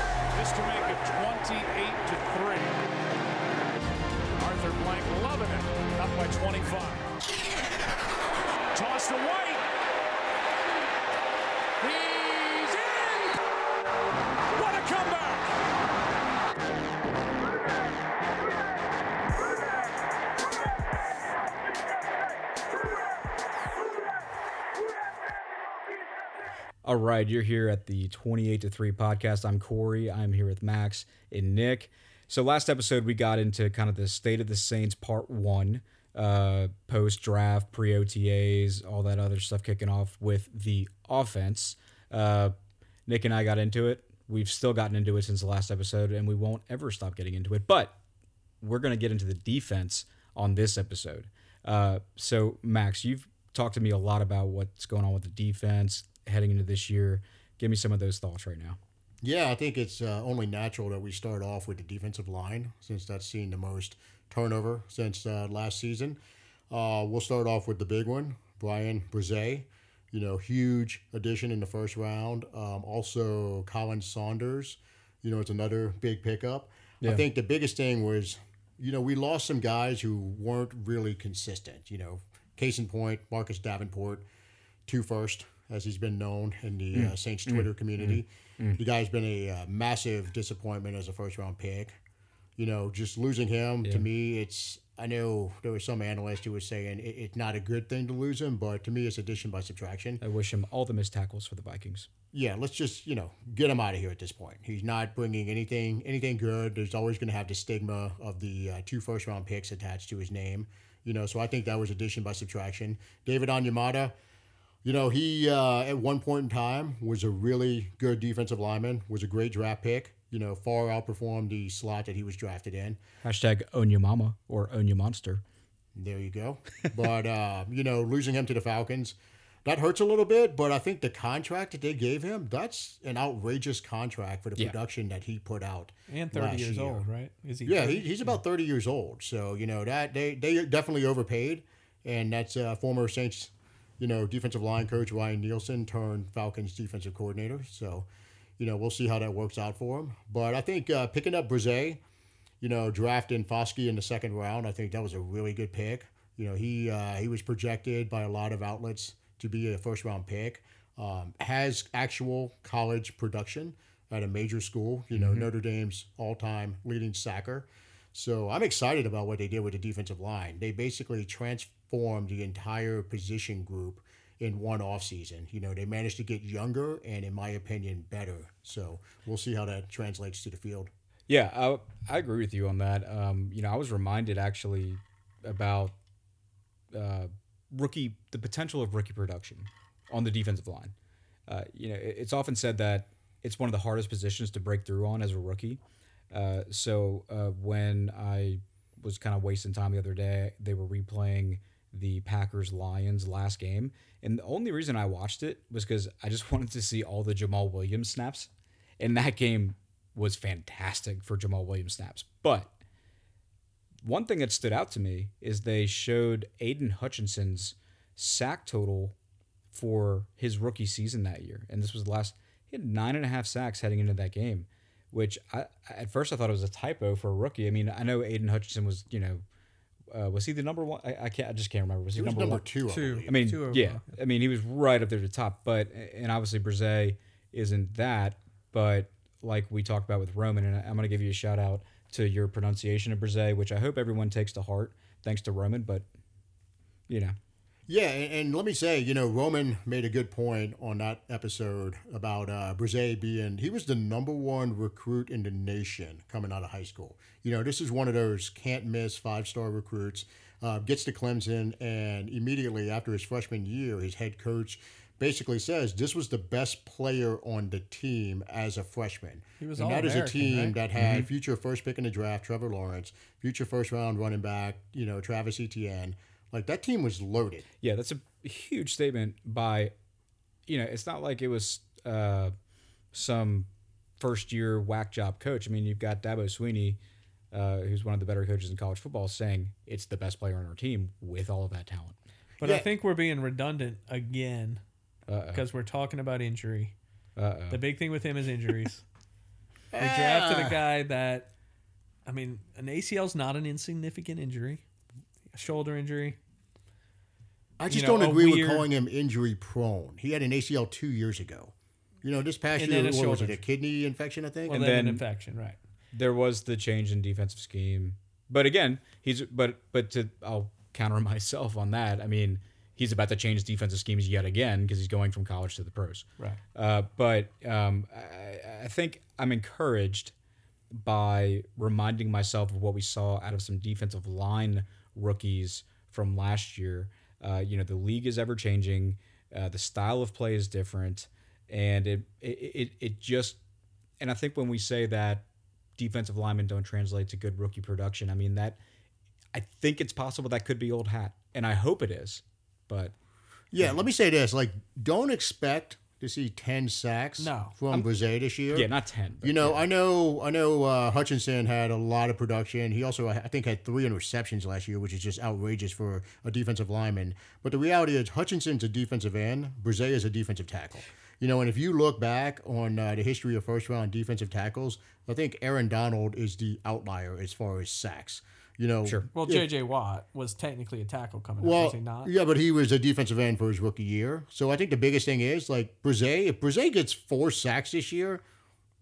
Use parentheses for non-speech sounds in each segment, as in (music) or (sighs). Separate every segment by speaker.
Speaker 1: Hawks to make it 28 to 3. Arthur Blank loving it. Up by 25. Toss to White. He's in! What a comeback!
Speaker 2: All right, you're here at the 28 to 3 podcast. I'm Corey. I'm here with Max and Nick. So, last episode, we got into kind of the state of the Saints part one, uh, post draft, pre OTAs, all that other stuff kicking off with the offense. Uh, Nick and I got into it. We've still gotten into it since the last episode, and we won't ever stop getting into it. But we're going to get into the defense on this episode. Uh, so, Max, you've talked to me a lot about what's going on with the defense heading into this year. Give me some of those thoughts right now.
Speaker 3: Yeah, I think it's uh, only natural that we start off with the defensive line since that's seen the most turnover since uh, last season. Uh, we'll start off with the big one, Brian Brzee. You know, huge addition in the first round. Um, also, Colin Saunders. You know, it's another big pickup. I think the biggest thing was, you know, we lost some guys who weren't really consistent. You know, case in point, Marcus Davenport two first, as he's been known in the uh, Saints Twitter community. The guy's been a uh, massive disappointment as a first round pick. You know, just losing him to me, it's. I know there was some analyst who was saying it, it's not a good thing to lose him, but to me, it's addition by subtraction.
Speaker 2: I wish him all the missed tackles for the Vikings.
Speaker 3: Yeah, let's just you know get him out of here at this point. He's not bringing anything anything good. There's always going to have the stigma of the uh, two first round picks attached to his name. You know, so I think that was addition by subtraction. David Onyemata, you know, he uh, at one point in time was a really good defensive lineman, was a great draft pick, you know, far outperformed the slot that he was drafted in.
Speaker 2: Hashtag own your mama or own your monster.
Speaker 3: There you go. But, uh, you know, losing him to the Falcons, that hurts a little bit, but I think the contract that they gave him, that's an outrageous contract for the
Speaker 2: Yeah.
Speaker 3: production that he put out.
Speaker 4: And 30
Speaker 3: last
Speaker 4: years
Speaker 3: year.
Speaker 4: old, right? Is he?
Speaker 3: Yeah, he, he's about 30 years old. So, you know, that they, they definitely overpaid. And that's uh, former Saints, you know, defensive line coach Ryan Nielsen turned Falcons defensive coordinator. So, you know, we'll see how that works out for him. But I think uh, picking up Brzee, you know, drafting Foskey in the second round, I think that was a really good pick. You know, he uh, he was projected by a lot of outlets to be a first round pick. Um, has actual college production at a major school. You know, Notre Dame's all time leading sacker. So I'm excited about what they did with the defensive line. They basically transformed the entire position group in one offseason. You know, they managed to get younger and, in my opinion, better. So we'll see how that translates to the field.
Speaker 2: Yeah, I, I agree with you on that. Um, you know, I was reminded actually about uh, rookie, the potential of rookie production on the defensive line. Uh, you know, it- it's often said that it's one of the hardest positions to break through on as a rookie. Uh, so uh, when I was kind of wasting time the other day, they were replaying the Packers Lions last game, and the only reason I watched it was because I just (laughs) wanted to see all the Jamal Williams snaps, and that game was fantastic for Jamal Williams snaps. But one thing that stood out to me is they showed Aiden Hutchinson's sack total for his rookie season that year. And this was the last, he had nine and a half sacks heading into that game, which I, at first I thought it was a typo for a rookie. I mean, I know Aiden Hutchinson was, you know, uh, was he the number one? I, I can't, I just can't remember. Was he
Speaker 3: He was
Speaker 2: number,
Speaker 3: number
Speaker 2: one?
Speaker 3: two. I
Speaker 4: Two.
Speaker 3: believe.
Speaker 2: I mean,
Speaker 4: Two overall,
Speaker 2: yeah. I mean, he was right up there to the top, but and obviously Brzee isn't that, but like we talked about with Roman, and I'm going to give you a shout out to your pronunciation of Brzee, which I hope everyone takes to heart, thanks to Roman. But you know,
Speaker 3: Yeah, and, and let me say, you know, Roman made a good point on that episode about uh, Brzee being he was the number one recruit in the nation coming out of high school. You know, this is one of those can't miss five star recruits. Uh, gets to Clemson, and immediately after his freshman year, his head coach basically says this was the best player on the team as a freshman.
Speaker 4: He was
Speaker 3: and that is a
Speaker 4: All-American,
Speaker 3: team
Speaker 4: right?
Speaker 3: that had future first pick in the draft, Trevor Lawrence, future first round running back, you know, Travis Etienne. Like that team was loaded.
Speaker 2: yeah, that's a huge statement by, you know, it's not like it was uh, some first year whack job coach. I mean, you've got Dabo Sweeney. Uh, who's one of the better coaches in college football saying it's the best player on our team with all of that talent.
Speaker 4: But I
Speaker 3: Yeah.
Speaker 4: think we're being redundant again because we're talking about injury.
Speaker 2: Uh-oh. (laughs) Ah.
Speaker 4: The big thing with him is injuries. We drafted a guy that, I mean, an ACL is not an insignificant injury, a shoulder injury.
Speaker 3: I just
Speaker 4: you know,
Speaker 3: don't
Speaker 4: a
Speaker 3: agree with
Speaker 4: weird-
Speaker 3: calling him injury prone. He had an ACL two years ago. You know, this past
Speaker 4: And
Speaker 3: year,
Speaker 4: then a
Speaker 3: what was it,
Speaker 4: shoulder.
Speaker 3: a kidney infection, I think?
Speaker 4: Well,
Speaker 2: And
Speaker 4: then, an
Speaker 2: then-
Speaker 4: infection, right?
Speaker 2: There was the change in defensive scheme, but again, he's but but to I'll counter (laughs) myself on that. I mean, he's about to change defensive schemes yet again because he's going from college to the pros.
Speaker 4: Right.
Speaker 2: Uh, but um, I, I think I'm encouraged by reminding myself of what we saw out of some defensive line rookies from last year. Uh, you know, the league is ever changing. Uh, the style of play is different, and it it, it it just and I think when we say that defensive linemen don't translate to good rookie production, I mean that I think it's possible that could be old hat, and I hope it is. But
Speaker 3: yeah, let me say this. Like, don't expect to see 10 sacks
Speaker 4: No.
Speaker 3: from Bozet this year.
Speaker 2: yeah, not ten. But
Speaker 3: You know, I know, I know. Uh, Hutchinson had a lot of production. He also, I think, had three interceptions last year, which is just outrageous for a defensive lineman. But the reality is, Hutchinson's a defensive end. Brzee is a defensive tackle. You know, and if you look back on uh, the history of first round defensive tackles, I think Aaron Donald is the outlier as far as sacks. You know, sure.
Speaker 4: Well, J.J. Watt was technically a tackle coming out, was he not?
Speaker 3: Yeah, but he was a defensive end for his rookie year. So I think the biggest thing is like Brzee, if Brzee gets four sacks this year,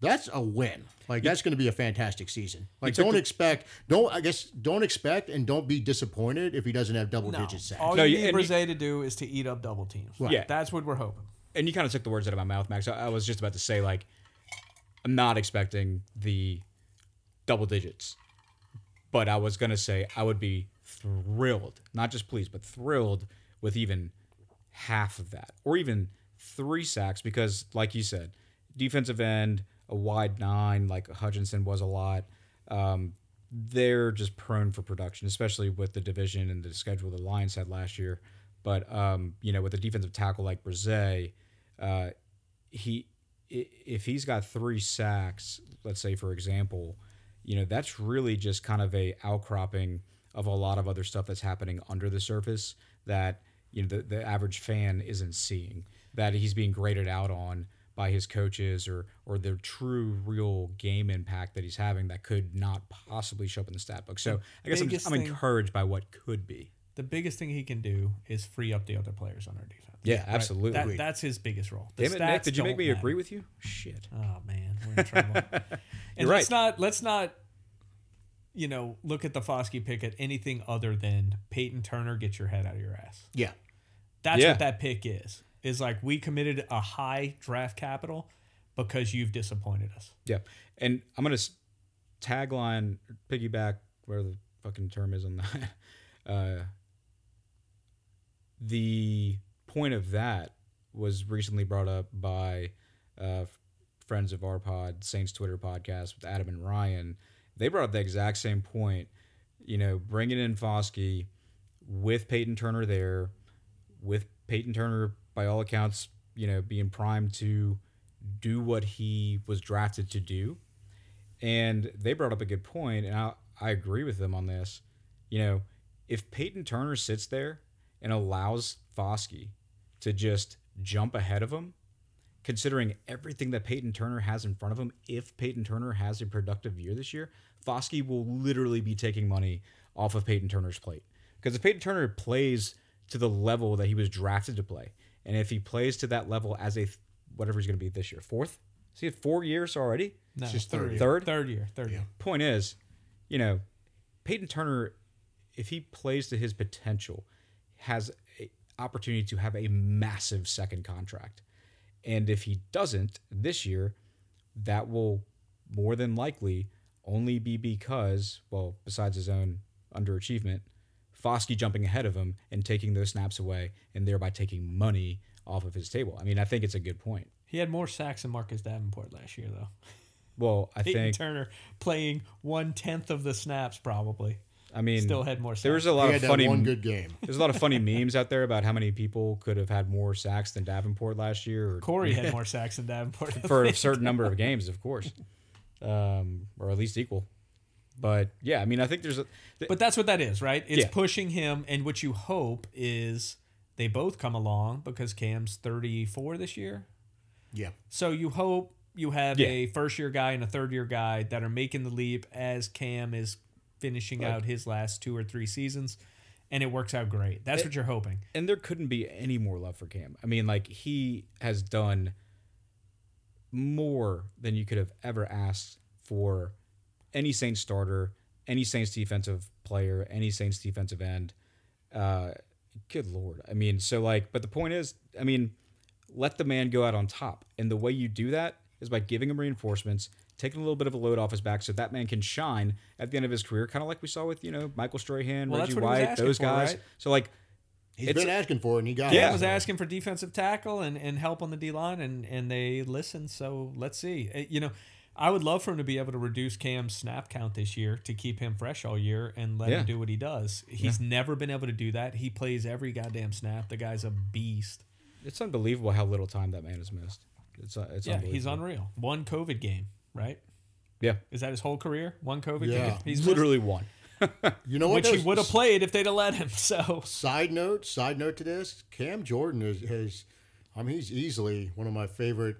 Speaker 3: that's a win. Like that's going to be a fantastic season. Like don't expect, don't I guess don't expect and don't be disappointed if he doesn't have double
Speaker 4: No.
Speaker 3: digit sacks.
Speaker 4: All
Speaker 2: No,
Speaker 4: you
Speaker 2: you-
Speaker 4: need
Speaker 2: and you-
Speaker 4: Brise to do is to eat up double teams.
Speaker 2: Yeah.
Speaker 4: That's what we're hoping.
Speaker 2: and you kind of took the words out of my mouth, Max. I, I was just about to say like I'm not expecting the double digits, but I was gonna say I would be thrilled, not just pleased, but thrilled with even half of that, or even three sacks, because like you said, defensive end, a wide nine, like Hutchinson was a lot. Um, they're just prone for production, especially with the division and the schedule the Lions had last year. But um, you know, with a defensive tackle like Brzee, uh, he i- if he's got three sacks, let's say for example, you know that's really just kind of a outcropping of a lot of other stuff that's happening under the surface that you know the, the average fan isn't seeing that he's being graded out on by his coaches or or their true real game impact that he's having that could not possibly show up in the stat book. So I guess I'm, just,
Speaker 4: biggest
Speaker 2: I'm
Speaker 4: thing-
Speaker 2: encouraged by what could be.
Speaker 4: The biggest thing he can do is free up the other players on our defense.
Speaker 2: Yeah,
Speaker 4: Right?
Speaker 2: absolutely.
Speaker 4: That, that's his biggest role. The
Speaker 2: Damn it, Nick!
Speaker 4: stats
Speaker 2: Did you make
Speaker 4: don't
Speaker 2: me
Speaker 4: matter.
Speaker 2: agree with you? Shit.
Speaker 4: Oh man, we're
Speaker 2: (laughs)
Speaker 4: in trouble. and
Speaker 2: You're
Speaker 4: let's
Speaker 2: right.
Speaker 4: not let's not you know, look at the Foskey pick at anything other than Peyton Turner, get your head out of your ass.
Speaker 3: yeah,
Speaker 4: That's
Speaker 2: Yeah.
Speaker 4: what that pick is. Is like we committed a high draft capital because you've disappointed us.
Speaker 2: Yeah. And I'm going to tagline, piggyback, whatever the fucking term is on that. (laughs) Uh, the point of that was recently brought up by uh, friends of our pod, Saints Twitter podcast with Adam and Ryan. They brought up the exact same point. You know, bringing in Foskey with Peyton Turner there, with Peyton Turner, by all accounts, you know, being primed to do what he was drafted to do. And they brought up a good point, and I, I agree with them on this. You know, if Peyton Turner sits there and allows Foskey to just jump ahead of him, considering everything that Peyton Turner has in front of him, if Peyton Turner has a productive year this year, Foskey will literally be taking money off of Peyton Turner's plate. Because if Peyton Turner plays to the level that he was drafted to play, and if he plays to that level as a th- whatever he's going to be this year, fourth, see, it four years already.
Speaker 4: No,
Speaker 3: just third year.
Speaker 2: Third?
Speaker 4: Third year. Third year.
Speaker 2: Point is, you know, Peyton Turner, if he plays to his potential, has a opportunity to have a massive second contract. And if he doesn't this year, that will more than likely only be because, well, besides his own underachievement, Foskey jumping ahead of him and taking those snaps away and thereby taking money off of his table. I mean, I think it's a good point.
Speaker 4: He had more sacks than Marcus Davenport last year though.
Speaker 2: Well, I
Speaker 4: Peyton
Speaker 2: think,
Speaker 4: Turner playing one tenth of the snaps probably.
Speaker 2: I mean,
Speaker 4: Still had more sacks.
Speaker 2: there was a lot
Speaker 3: he
Speaker 2: of
Speaker 3: had that
Speaker 2: funny
Speaker 3: one good game.
Speaker 2: There's a lot of funny memes out there about how many people could have had more sacks than Davenport last year, or (laughs)
Speaker 4: Corey had more sacks than Davenport. (laughs)
Speaker 2: for a certain number of games, of course, um, or at least equal. But yeah, I mean, I think there's a. th-
Speaker 4: But that's what that is, right? It's
Speaker 2: Yeah.
Speaker 4: pushing him, and what you hope is they both come along because Cam's 34 this year.
Speaker 3: Yeah,
Speaker 4: So you hope you have
Speaker 2: Yeah.
Speaker 4: a first year guy and a third year guy that are making the leap as Cam is finishing out his last two or three seasons, and it works out great. That's what you're hoping.
Speaker 2: and there couldn't be any more love for Cam. I mean, like he has done more than you could have ever asked for any Saints starter, any Saints defensive player, any Saints defensive end. Uh, good lord. I mean, so like, but the point is, I mean, let the man go out on top, and the way you do that is by giving him reinforcements, taking a little bit of a load off his back, so that man can shine at the end of his career, kind of like we saw with you know Michael Strahan,
Speaker 4: Well, that's
Speaker 2: Reggie
Speaker 4: what he was
Speaker 2: White,
Speaker 4: asking
Speaker 2: those
Speaker 4: for,
Speaker 2: guys.
Speaker 4: right?
Speaker 2: So like.
Speaker 3: He's
Speaker 2: It's-
Speaker 3: been asking for it, and he got
Speaker 4: Yeah,
Speaker 3: it.
Speaker 4: was asking for defensive tackle and, and help on the D line, and, and they listened. So let's see. Uh, You know, I would love for him to be able to reduce Cam's snap count this year to keep him fresh all year and let
Speaker 2: Yeah.
Speaker 4: him do what he does. He's never been able to do that. He plays every goddamn snap. The guy's a beast.
Speaker 2: It's unbelievable how little time that man has missed. It's uh, it's
Speaker 4: Yeah,
Speaker 2: unbelievable.
Speaker 4: he's unreal. One COVID game, right?
Speaker 2: yeah,
Speaker 4: Is that his whole career? One COVID
Speaker 3: Yeah.
Speaker 4: game? He's
Speaker 2: literally one.
Speaker 3: You know what?
Speaker 4: which he
Speaker 3: though?
Speaker 4: would have played if they'd have let him. (laughs) So
Speaker 3: Side note, side note to this, Cam Jordan is, is I mean, he's easily one of my favorite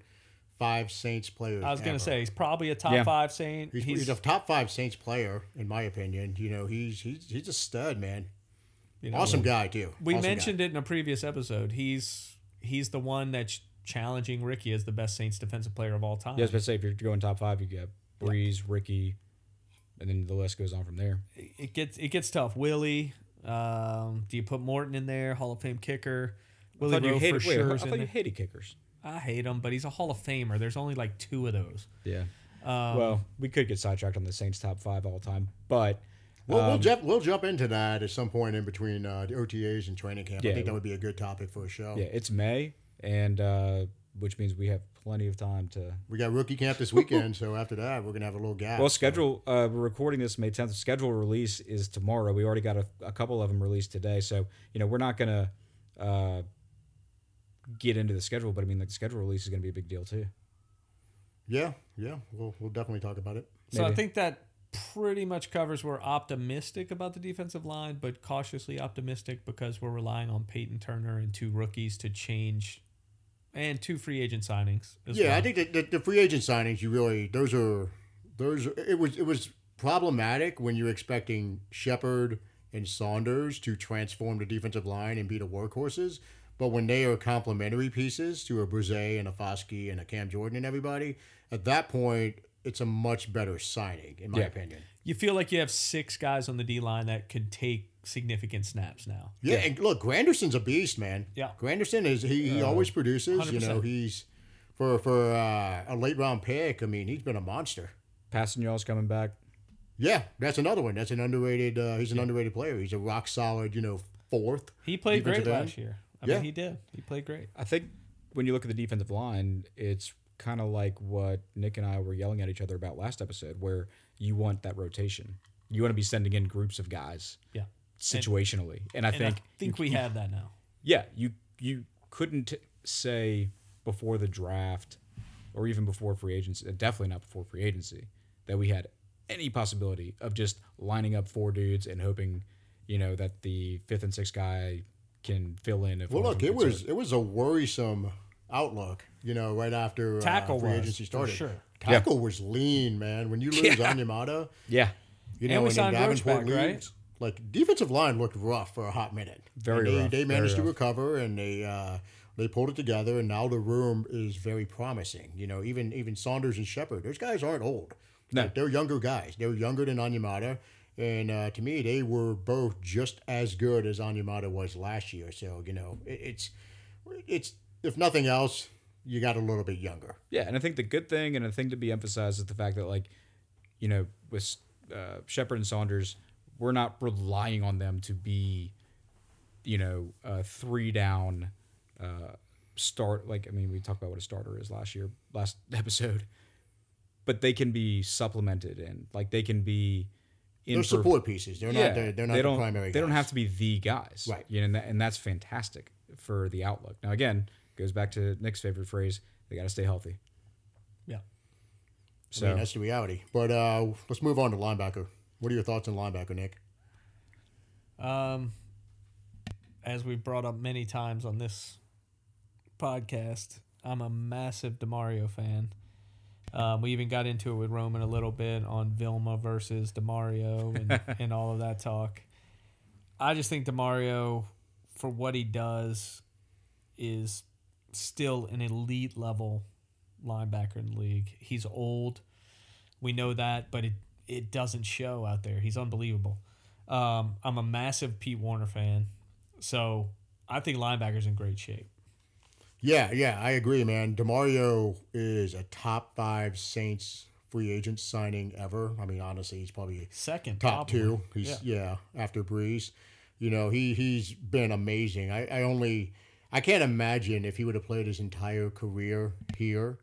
Speaker 3: five Saints players.
Speaker 4: I was going
Speaker 3: ever.
Speaker 4: to say he's probably a top
Speaker 2: Yeah.
Speaker 4: five Saint.
Speaker 3: he's, he's a top five Saints player in my opinion. You know, he's he's he's a stud, man.
Speaker 4: you know,
Speaker 3: awesome guy too.
Speaker 4: We
Speaker 3: Awesome guy.
Speaker 4: mentioned it in a previous episode. He's he's the one that's challenging Ricky as the best Saints defensive player of all time.
Speaker 2: Yeah, I was about to say if you're going top five, you get Breeze, Ricky, and then the list goes on from there.
Speaker 4: It gets it gets tough. Willie, um, do you put Morton in there? Hall of Fame kicker. Willie
Speaker 2: I thought you
Speaker 4: Rowe for
Speaker 2: hated, wait,
Speaker 4: sure.
Speaker 2: I
Speaker 4: is in
Speaker 2: thought you
Speaker 4: there.
Speaker 2: hated kickers.
Speaker 4: I hate him, but he's a Hall of Famer. There's only like two of those.
Speaker 2: Yeah. well, we could get sidetracked on the Saints top five all time, but
Speaker 3: We'll, we'll jump we'll jump into that at some point in between uh, the OTAs and training camp.
Speaker 2: Yeah.
Speaker 3: I think that would be a good topic for a show.
Speaker 2: yeah, it's May, and uh, which means we have plenty of time to.
Speaker 3: We got rookie camp this weekend, so after that we're gonna have a little gap.
Speaker 2: Well, schedule. Uh, we're recording this May 10th. Schedule release is tomorrow. We already got a, a couple of them released today, so you know we're not gonna uh, get into the schedule. But I mean, like the schedule release is gonna be a big deal too.
Speaker 3: yeah, yeah, we'll we'll definitely talk about it.
Speaker 4: So I
Speaker 2: Maybe.
Speaker 4: think that pretty much covers we're optimistic about the defensive line, but cautiously optimistic because we're relying on Peyton Turner and two rookies to change and two free agent signings as
Speaker 3: Yeah,
Speaker 4: well.
Speaker 3: I think that the, the free agent signings, you really those are those. Are, it was it was problematic when you're expecting Shepard and Saunders to transform the defensive line and be the workhorses, but when they are complementary pieces to a Brise and a Foskey and a Cam Jordan and everybody, at that point, it's a much better signing in my
Speaker 2: Yeah.
Speaker 3: opinion.
Speaker 4: you feel like you have six guys on the D line that could take significant snaps now.
Speaker 3: Yeah, and look, Granderson's a beast, man.
Speaker 4: Yeah. Uh,
Speaker 3: Granderson is he, he always produces. You
Speaker 4: 100%.
Speaker 3: know, he's for for uh, a late round pick. I mean, he's been a monster.
Speaker 2: Passing y'all's coming back.
Speaker 3: Yeah, that's another one. That's an underrated. Uh, he's an underrated player. He's a rock solid. You know, fourth.
Speaker 4: He played
Speaker 3: Defensive
Speaker 4: great
Speaker 3: end.
Speaker 4: last year. I
Speaker 3: Yeah.
Speaker 4: mean, he did. He played great.
Speaker 2: I think when you look at the defensive line, it's kind of like what Nick and I were yelling at each other about last episode, where you want that rotation. You want to be sending in groups of guys
Speaker 4: Yeah.
Speaker 2: situationally, and, I
Speaker 4: And
Speaker 2: think
Speaker 4: I think we have that now.
Speaker 2: yeah, you you couldn't say before the draft or even before free agency, uh, definitely not before free agency, that we had any possibility of just lining up four dudes and hoping, you know, that the fifth and sixth guy can fill in. If
Speaker 3: Well,
Speaker 2: one of
Speaker 3: look,
Speaker 2: them
Speaker 3: it
Speaker 2: gets
Speaker 3: was
Speaker 2: hurt.
Speaker 3: it was a worrisome outlook. You know, right after
Speaker 4: Tackle
Speaker 3: uh, free
Speaker 4: was,
Speaker 3: agency
Speaker 4: for
Speaker 3: started.
Speaker 4: sure.
Speaker 3: Tackle was lean, man.
Speaker 4: (laughs)
Speaker 3: When you lose Onyemata,
Speaker 2: yeah,
Speaker 3: you know,
Speaker 4: we
Speaker 3: and then
Speaker 4: signed Roach
Speaker 3: Davenport
Speaker 4: back, right?
Speaker 3: leaves, Like defensive line looked rough for a hot minute.
Speaker 2: Very
Speaker 3: And they,
Speaker 2: rough,
Speaker 3: They managed
Speaker 2: very
Speaker 3: to
Speaker 2: rough.
Speaker 3: recover and they uh, they pulled it together, and now the room is very promising. You know, even even Saunders and Shepard, those guys aren't old.
Speaker 2: No.
Speaker 3: Like, they're younger guys. They're younger than Anyamata. And uh, to me, they were both just as good as Anyamata was last year. So you know, it, it's it's if nothing else, you got a little bit younger.
Speaker 2: yeah, and I think the good thing and a thing to be emphasized is the fact that like, you know, with uh, Shepard and Saunders, we're not relying on them to be, you know, uh, three down. Uh, start like I mean we talked about what a starter is last year last (laughs) episode, but they can be supplemented and like they can be in
Speaker 3: They're
Speaker 2: for-
Speaker 3: support pieces. They're not. They're, they're not
Speaker 2: they
Speaker 3: the
Speaker 2: don't,
Speaker 3: primary.
Speaker 2: They don't
Speaker 3: guys.
Speaker 2: have to be the guys,
Speaker 3: Right.
Speaker 2: You know, and, that, and that's fantastic for the outlook. Now again, goes back to Nick's favorite phrase: they got to stay healthy.
Speaker 4: Yeah.
Speaker 2: So
Speaker 3: I mean, that's the reality. But uh, let's move on to linebacker. What are your thoughts on linebacker, Nick?
Speaker 4: Um, as we've brought up many times on this podcast, I'm a massive Demario fan. Um, we even got into it with Roman a little bit on Vilma versus Demario and, and all of that talk. I just think Demario, for what he does, is still an elite level linebacker in the league. He's old. We know that, but it it doesn't show out there. He's unbelievable. Um, I'm a massive Pete Warner fan, so I think linebacker's in great shape.
Speaker 3: Yeah, yeah, I agree, man. Demario is a top five Saints free agent signing ever. I mean, honestly, he's probably
Speaker 4: Second,
Speaker 3: top
Speaker 4: probably.
Speaker 3: two. He's yeah. after Breeze. You know, he he's been amazing. I, I only I can't imagine if he would have played his entire career here,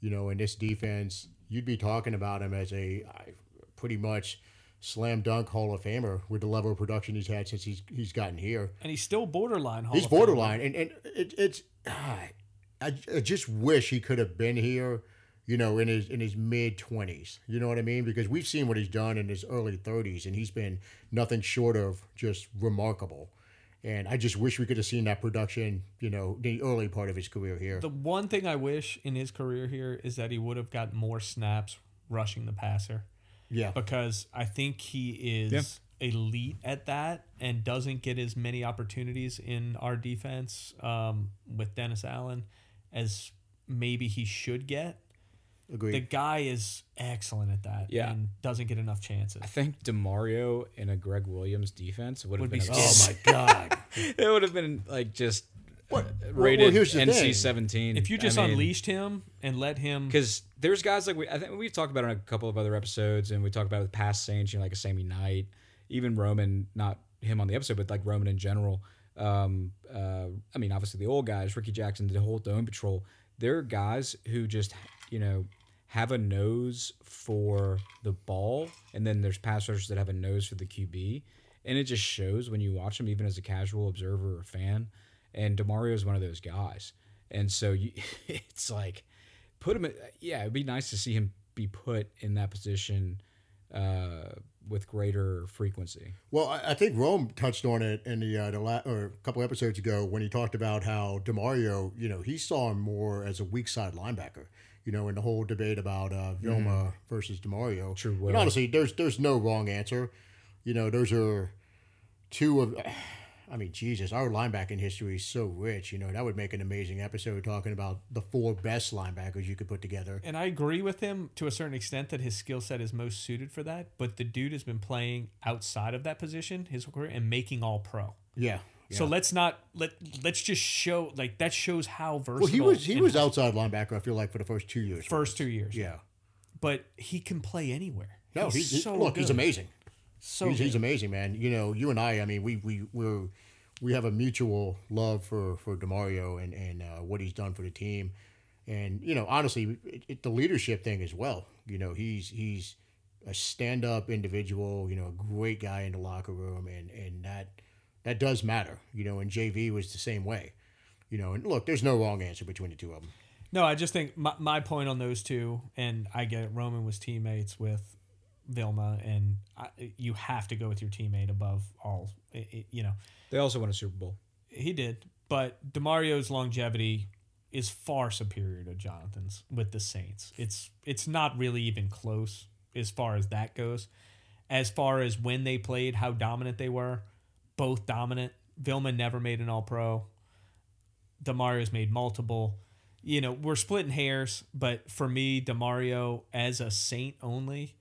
Speaker 3: you know, in this defense, you'd be talking about him as a I- pretty much slam dunk Hall of Famer with the level of production he's had since he's he's gotten here.
Speaker 4: and he's still borderline. Hall
Speaker 3: He's
Speaker 4: of Famer.
Speaker 3: borderline, and and it, it's ah, I, I just wish he could have been here, you know, in his in his mid twenties. You know what I mean? Because we've seen what he's done in his early thirties, and he's been nothing short of just remarkable. And I just wish we could have seen that production, you know, the early part of his career here.
Speaker 4: The one thing I wish in his career here is that he would have got more snaps rushing the passer
Speaker 3: yeah,
Speaker 4: because I think he is elite at that and doesn't get as many opportunities in our defense um, with Dennis Allen as maybe he should get. The
Speaker 3: agreed.
Speaker 4: guy is excellent at that
Speaker 2: Yeah.
Speaker 4: and doesn't get enough chances.
Speaker 2: I think Demario in a Greg Williams defense would have
Speaker 4: Would
Speaker 2: been.
Speaker 4: be
Speaker 2: a-
Speaker 3: oh my
Speaker 4: (laughs)
Speaker 3: god! (laughs)
Speaker 2: (laughs) it would have been like just uh,
Speaker 3: What?
Speaker 2: rated
Speaker 3: here's the thing.
Speaker 2: NC seventeen.
Speaker 4: if you just unleashed him and let him
Speaker 2: because there's guys like we, I think we've talked about it on a couple of other episodes, and we talked about it with past Saints, you know, like a Sammy Knight, even Roman, not him on the episode, but like Roman in general. Um, uh, I mean, obviously the old guys, Ricky Jackson, the whole Dome Patrol. They're guys who just you know have a nose for the ball, and then there's pass rushers that have a nose for the QB, and it just shows when you watch them, even as a casual observer or fan. And Demario is one of those guys, and so you, (laughs) it's like put him. Yeah, it'd be nice to see him be put in that position uh, with greater frequency.
Speaker 3: Well, I, I think Rome touched on it in the, uh, the la- or a couple episodes ago when he talked about how Demario, you know, he saw him more as a weak side linebacker. You know, in the whole debate about uh, Vilma versus Demario.
Speaker 2: True,
Speaker 3: And
Speaker 2: well.
Speaker 3: honestly, there's there's no wrong answer. You know, those are two of. (sighs) I mean, Jesus, our linebacking history is so rich. You know, that would make an amazing episode talking about the four best linebackers you could put together.
Speaker 4: and I agree with him to a certain extent that his skill set is most suited for that. But the dude has been playing outside of that position his whole career and making all pro.
Speaker 3: Yeah.
Speaker 4: So let's not let let's just show like that shows how versatile.
Speaker 3: Well, he was he
Speaker 4: and
Speaker 3: was
Speaker 4: how-
Speaker 3: outside linebacker. I feel like for the first two years.
Speaker 4: first two years.
Speaker 3: Yeah.
Speaker 4: but he can play anywhere.
Speaker 3: No, he's, he- look, he's
Speaker 4: good.
Speaker 3: amazing.
Speaker 4: So
Speaker 3: he's, he's
Speaker 4: good.
Speaker 3: amazing, man. You know, you and I. I mean, we we we're, we have a mutual love for for Demario and and uh, what he's done for the team, and you know, honestly, it, it, the leadership thing as well. You know, he's he's a stand up individual. You know, a great guy in the locker room, and and that that does matter. You know, and JV was the same way. You know, and look, there's no wrong answer between the two of them.
Speaker 4: no. I just think my, my point on those two, and I get it, Roman was teammates with Vilma, and I, you have to go with your teammate above all. i- i- you know,
Speaker 2: They also won a Super Bowl.
Speaker 4: He did, but Demario's longevity is far superior to Jonathan's with the Saints. It's it's not really even close as far as that goes. As far as when they played, how dominant they were, both dominant. Vilma never made an All Pro. Demario's made multiple. You know, we're splitting hairs, but for me, Demario as a Saint only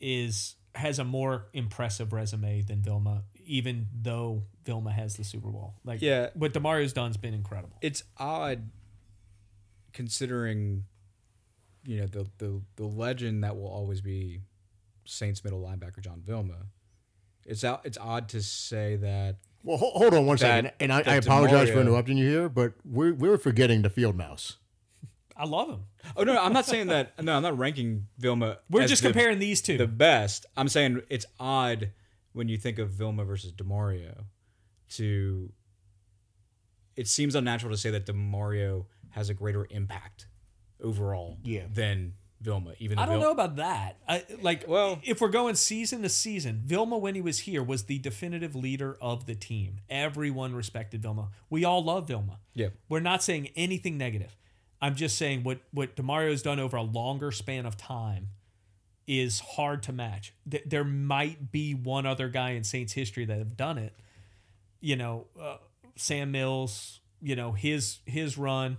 Speaker 4: is has a more impressive resume than Vilma, even though Vilma has the Super Bowl. Like,
Speaker 2: Yeah.
Speaker 4: what Demario's done's been incredible.
Speaker 2: It's odd considering you know the the, the legend that will always be Saints middle linebacker John Vilma. It's out. It's odd to say that
Speaker 3: Well, ho- hold on one second,
Speaker 2: That-
Speaker 3: and I,
Speaker 2: that
Speaker 3: I apologize for
Speaker 2: DeMario-
Speaker 3: interrupting you here, but we're we're forgetting the field mouse.
Speaker 4: I love him.
Speaker 2: Oh no, no, I'm not saying that. No, I'm not ranking Vilma.
Speaker 4: We're
Speaker 2: as
Speaker 4: just
Speaker 2: the-
Speaker 4: comparing these two.
Speaker 2: the best. I'm saying it's odd when you think of Vilma versus Demario. To it seems unnatural to say that Demario has a greater impact overall
Speaker 3: Yeah.
Speaker 2: than Vilma. Even though
Speaker 4: I don't
Speaker 2: Vil-
Speaker 4: know about that. I, like,
Speaker 2: Well-
Speaker 4: well, if we're going season to season, Vilma, when he was here, was the definitive leader of the team. Everyone respected Vilma. We all love Vilma.
Speaker 2: Yeah.
Speaker 4: We're not saying anything negative. I'm just saying what what Demario's done over a longer span of time is hard to match. Th- there might be one other guy in Saints history that have done it. You know, uh, Sam Mills. You know his his run.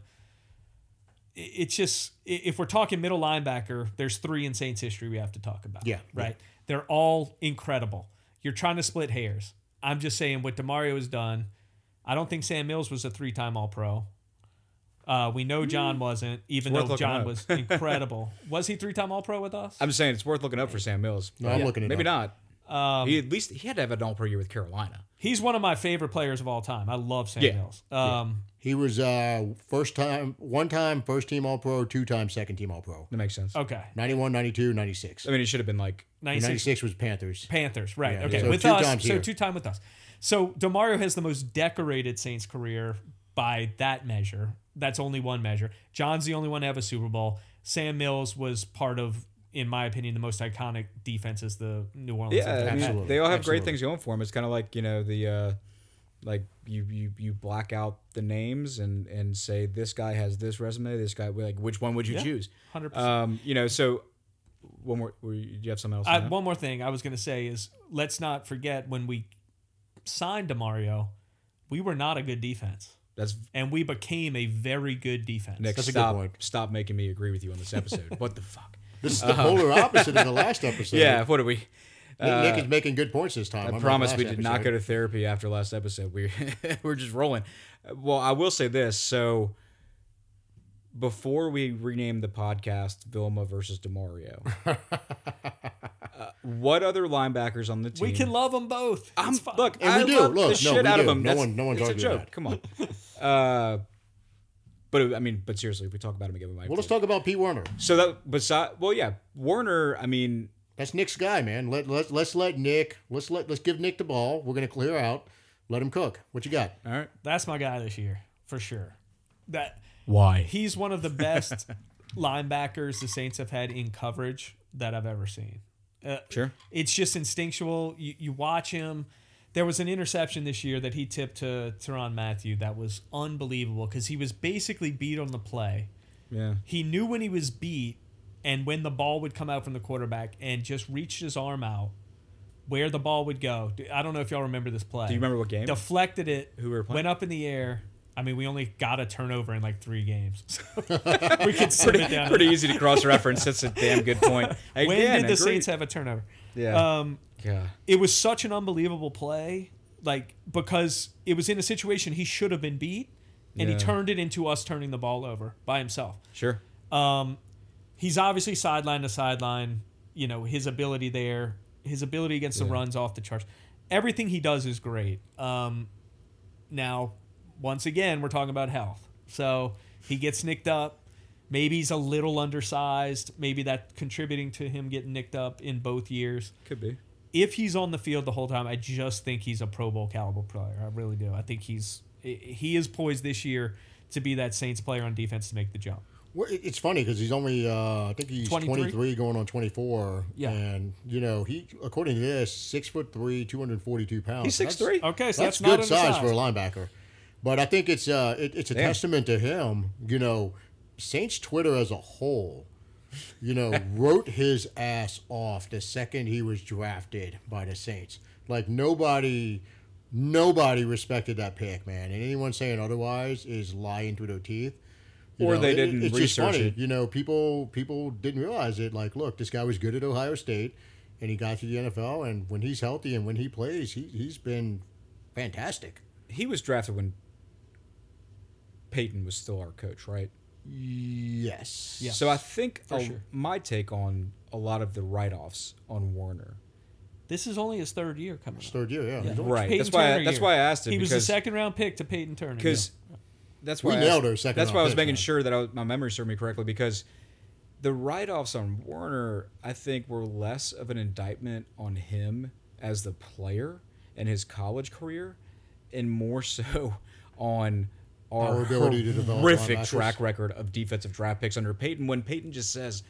Speaker 4: I- It's just i- if we're talking middle linebacker, there's three in Saints history we have to talk about.
Speaker 3: Yeah, yeah.
Speaker 4: right. They're all incredible. You're trying to split hairs. I'm just saying what Demario has done. I don't think Sam Mills was a three-time All-Pro. Uh, we know John wasn't, even
Speaker 2: Hmm. worth
Speaker 4: though
Speaker 2: looking
Speaker 4: John
Speaker 2: up. (laughs)
Speaker 4: was incredible. was he three-time All-Pro with us?
Speaker 2: I'm just saying it's worth looking up for Sam Mills.
Speaker 3: No, I'm looking it
Speaker 2: Maybe
Speaker 3: up.
Speaker 2: not.
Speaker 4: Um,
Speaker 2: he at least he had to have an all pro year with Carolina.
Speaker 4: He's one of my favorite players of all time. I love Sam
Speaker 2: Yeah.
Speaker 4: Mills. Um,
Speaker 3: He was uh, first time, one time first team All Pro, two time second team All Pro.
Speaker 2: That makes sense.
Speaker 4: Okay,
Speaker 3: 91, 92, 96.
Speaker 2: I mean, it should have been like
Speaker 4: 96,
Speaker 3: 96
Speaker 2: (laughs)
Speaker 3: was Panthers.
Speaker 4: Panthers, right?
Speaker 3: Yeah,
Speaker 4: okay,
Speaker 3: so
Speaker 4: with
Speaker 3: two
Speaker 4: us,
Speaker 3: times
Speaker 4: so
Speaker 3: here.
Speaker 4: two-time with us. So Demario has the most decorated Saints career by that measure. That's only one measure. John's the only one to have a Super Bowl. Sam Mills was part of, in my opinion, the most iconic defenses the New Orleans.
Speaker 2: yeah, I mean,
Speaker 4: had.
Speaker 3: Absolutely,
Speaker 2: they all have great
Speaker 3: absolutely.
Speaker 2: things going for them. It's kind of like you know the uh, like you you you black out the names and and say this guy has this resume, this guy like which one would you
Speaker 4: Yeah,
Speaker 2: choose?
Speaker 4: 100%.
Speaker 2: Um, you know, so one more. Were you, do you have something else? on
Speaker 4: I,
Speaker 2: that?
Speaker 4: one more thing I was going to say is let's not forget when we signed Demario, we were not a good defense,
Speaker 2: That's
Speaker 4: and we became a very good defense.
Speaker 2: Nick.
Speaker 3: That's a good
Speaker 2: stop
Speaker 3: point.
Speaker 2: stop making me agree with you on this episode. what the fuck?
Speaker 3: This is the polar opposite of
Speaker 2: (laughs)
Speaker 3: the last episode.
Speaker 2: Uh-huh. Yeah, what are we?
Speaker 3: Nick, Nick is making good points this time.
Speaker 2: I promise we did not go to therapy after last episode. We we're (laughs) just rolling. Well, I will say this. So before we renamed the podcast Vilma versus Demario, (laughs) uh, what other linebackers on the team?
Speaker 4: We can love them both.
Speaker 2: I'm,
Speaker 4: It's fine.
Speaker 2: look,
Speaker 3: And we
Speaker 2: I
Speaker 3: do.
Speaker 2: love
Speaker 3: Look,
Speaker 2: the
Speaker 3: no,
Speaker 2: shit
Speaker 3: we
Speaker 2: out of
Speaker 3: do.
Speaker 2: him.
Speaker 3: No
Speaker 2: That's-
Speaker 3: one- no one's
Speaker 2: it's a
Speaker 3: arguing
Speaker 2: joke.
Speaker 3: that. (laughs)
Speaker 2: Come on. Uh, but I mean, but seriously, if we talk about him again, we might.
Speaker 3: Well, let's talk about P. Warner.
Speaker 2: so that beside, well, yeah, Warner. I mean,
Speaker 3: That's Nick's guy, man. Let let let's let Nick. Let's let let's give Nick the ball. We're gonna clear out. Let him cook. What you got?
Speaker 2: all right.
Speaker 4: That's my guy this year for sure. That
Speaker 2: Why?
Speaker 4: he's one of the best linebackers the Saints have had in coverage that I've ever seen. Uh,
Speaker 2: Sure.
Speaker 4: It's just instinctual. You, you watch him. There was an interception this year that he tipped to Teron Matthew that was unbelievable because he was basically beat on the play.
Speaker 2: Yeah.
Speaker 4: He knew when he was beat and when the ball would come out from the quarterback and just reached his arm out where the ball would go. D- I don't know if y'all remember this play. Do
Speaker 2: you remember what game?
Speaker 4: Deflected it.
Speaker 2: Who we were playing?
Speaker 4: Went up in the air. I mean, we only got a turnover in like three games. (laughs)
Speaker 2: (laughs)
Speaker 4: So we could sort it down.
Speaker 2: Pretty easy to cross reference. That's a damn good point. Again,
Speaker 4: (laughs) when did the
Speaker 2: agree.
Speaker 4: Saints have a turnover?
Speaker 2: Yeah.
Speaker 4: Um,
Speaker 2: yeah.
Speaker 4: it was such an unbelievable play, like because it was in a situation he should have been beat, and
Speaker 2: Yeah.
Speaker 4: he turned it into us turning the ball over by himself.
Speaker 2: Sure.
Speaker 4: Um, he's obviously sideline to sideline. You know his ability there, his ability against the runs off the charts. Everything he does is great. Um, now, once again, we're talking about health. So he gets nicked up. Maybe he's a little undersized. Maybe that contributing to him getting nicked up in both years
Speaker 2: Could be.
Speaker 4: if he's on the field the whole time, I just think he's a Pro Bowl caliber player. I really do. I think he's he is poised this year to be that Saints player on defense to make the jump.
Speaker 3: Well, it- it's funny because he's only uh, I think he's
Speaker 4: 23?
Speaker 3: 23 going on 24.
Speaker 4: Yeah.
Speaker 3: And you know he according to this six foot three, 242 pounds.
Speaker 2: He's
Speaker 3: That's-
Speaker 2: 6'3"?
Speaker 4: Okay, so
Speaker 3: that's,
Speaker 4: that's,
Speaker 3: good
Speaker 4: not
Speaker 3: size for a linebacker. But I think it's uh, it, it's a
Speaker 2: Damn.
Speaker 3: testament to him. You know, Saints Twitter as a whole, you know, wrote his ass off the second he was drafted by the Saints. Like nobody, nobody respected that pick, man. And anyone saying otherwise is lying through their teeth. You
Speaker 2: Or they
Speaker 3: it-
Speaker 2: didn't
Speaker 3: it's just
Speaker 2: research
Speaker 3: funny.
Speaker 2: it.
Speaker 3: You know, people people didn't realize it. Like, look, this guy was good at Ohio State, and he got to the NFL. And when he's healthy and when he plays, he he's been fantastic.
Speaker 2: He was drafted when Peyton was still our coach, right?
Speaker 3: Yes.
Speaker 4: Yeah.
Speaker 2: So I think a-
Speaker 4: sure.
Speaker 2: my take on a lot of the write-offs on Warner.
Speaker 4: This is only his third year coming. up.
Speaker 3: Third year, yeah.
Speaker 4: Yeah.
Speaker 3: Right.
Speaker 2: Right.
Speaker 4: Peyton
Speaker 2: that's why. I,
Speaker 4: Turner
Speaker 2: that's
Speaker 4: year.
Speaker 2: why I asked it
Speaker 4: He was
Speaker 2: because
Speaker 4: the second round pick to Peyton Turner.
Speaker 2: because that's
Speaker 3: We
Speaker 2: why I
Speaker 3: nailed
Speaker 2: asked-
Speaker 3: our second
Speaker 2: That's why I
Speaker 3: round
Speaker 2: was
Speaker 3: pick,
Speaker 2: making
Speaker 3: man.
Speaker 2: sure that I was, my memory served me correctly because the write-offs on Warner, I think, were less of an indictment on him as the player and his college career, and more so (laughs) on our,
Speaker 3: Our ability to develop
Speaker 2: horrific
Speaker 3: linebackers.
Speaker 2: track record of defensive draft picks under Peyton. When Peyton just says,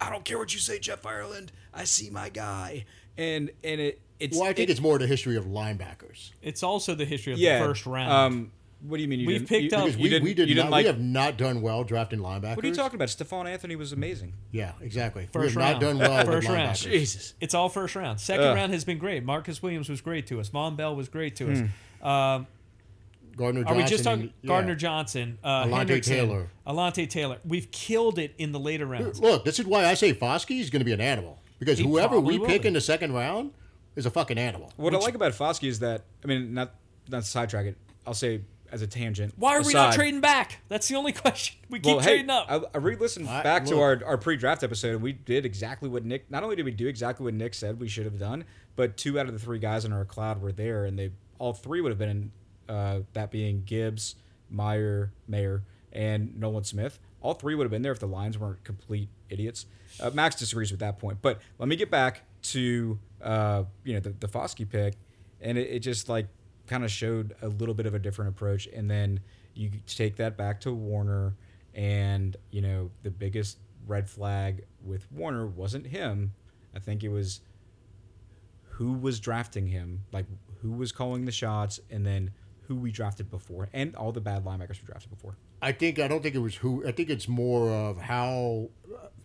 Speaker 2: "I don't care what you say, Jeff Ireland, I see my guy," and and it it's
Speaker 3: Well, I think
Speaker 2: it-
Speaker 3: it's more the history of linebackers.
Speaker 4: it's also the history of
Speaker 2: yeah
Speaker 4: the first round.
Speaker 2: Um, What do you mean? You
Speaker 4: We've
Speaker 2: didn't,
Speaker 4: picked
Speaker 2: you,
Speaker 4: up-
Speaker 2: You,
Speaker 4: Because
Speaker 3: we,
Speaker 2: didn't,
Speaker 3: we did
Speaker 2: you didn't
Speaker 3: not.
Speaker 2: like.
Speaker 3: we have not done well drafting linebackers.
Speaker 2: what are you talking about? Stephon Anthony was amazing.
Speaker 3: Yeah, exactly. we
Speaker 4: First
Speaker 3: have
Speaker 4: round.
Speaker 3: not done well with
Speaker 4: First round.
Speaker 3: linebackers.
Speaker 2: Jesus.
Speaker 4: It's all first round. Second round has been great. Marcus Williams was great to us. Mom Bell was great to us.
Speaker 2: Hmm.
Speaker 4: Um,
Speaker 3: Gardner
Speaker 4: are
Speaker 3: Johnson.
Speaker 4: we just talking
Speaker 3: and- yeah.
Speaker 4: Gardner Johnson? Uh,
Speaker 3: Alante
Speaker 4: Hendrickson,
Speaker 3: Taylor.
Speaker 4: Alante Taylor. We've killed it in the later rounds.
Speaker 3: Look, this is why I say Foskey is going to be an animal because
Speaker 4: He
Speaker 3: whoever
Speaker 4: probably
Speaker 3: we
Speaker 4: will
Speaker 3: pick
Speaker 4: be.
Speaker 3: in the second round is a fucking animal.
Speaker 2: What I like about Foskey is that I mean, not not to sidetrack it. I'll say as a tangent.
Speaker 4: Why are we not
Speaker 2: aside-
Speaker 4: trading back? That's the only (laughs) question. We keep
Speaker 2: Well, hey,
Speaker 4: trading up.
Speaker 2: I, I re-listened
Speaker 3: I-
Speaker 2: back to
Speaker 3: look.
Speaker 2: our, our pre-draft episode, and we did exactly what Nick. Not only did we do exactly what Nick said we should have done, but two out of the three guys in our cloud were there, and they all three would have been in. Uh, that being Gibbs, Meyer, Mayer, and Nolan Smith. All three would have been there if the Lions weren't complete idiots. Uh, Max disagrees with that point, but let me get back to uh, you know the, the Foskey pick, and it, it just like kind of showed a little bit of a different approach, and then you take that back to Warner and you know the biggest red flag with Warner wasn't him. I think it was who was drafting him, like who was calling the shots, and then who we drafted before, and all the bad linebackers we drafted before.
Speaker 3: I think I don't think it was who. I think it's more of how.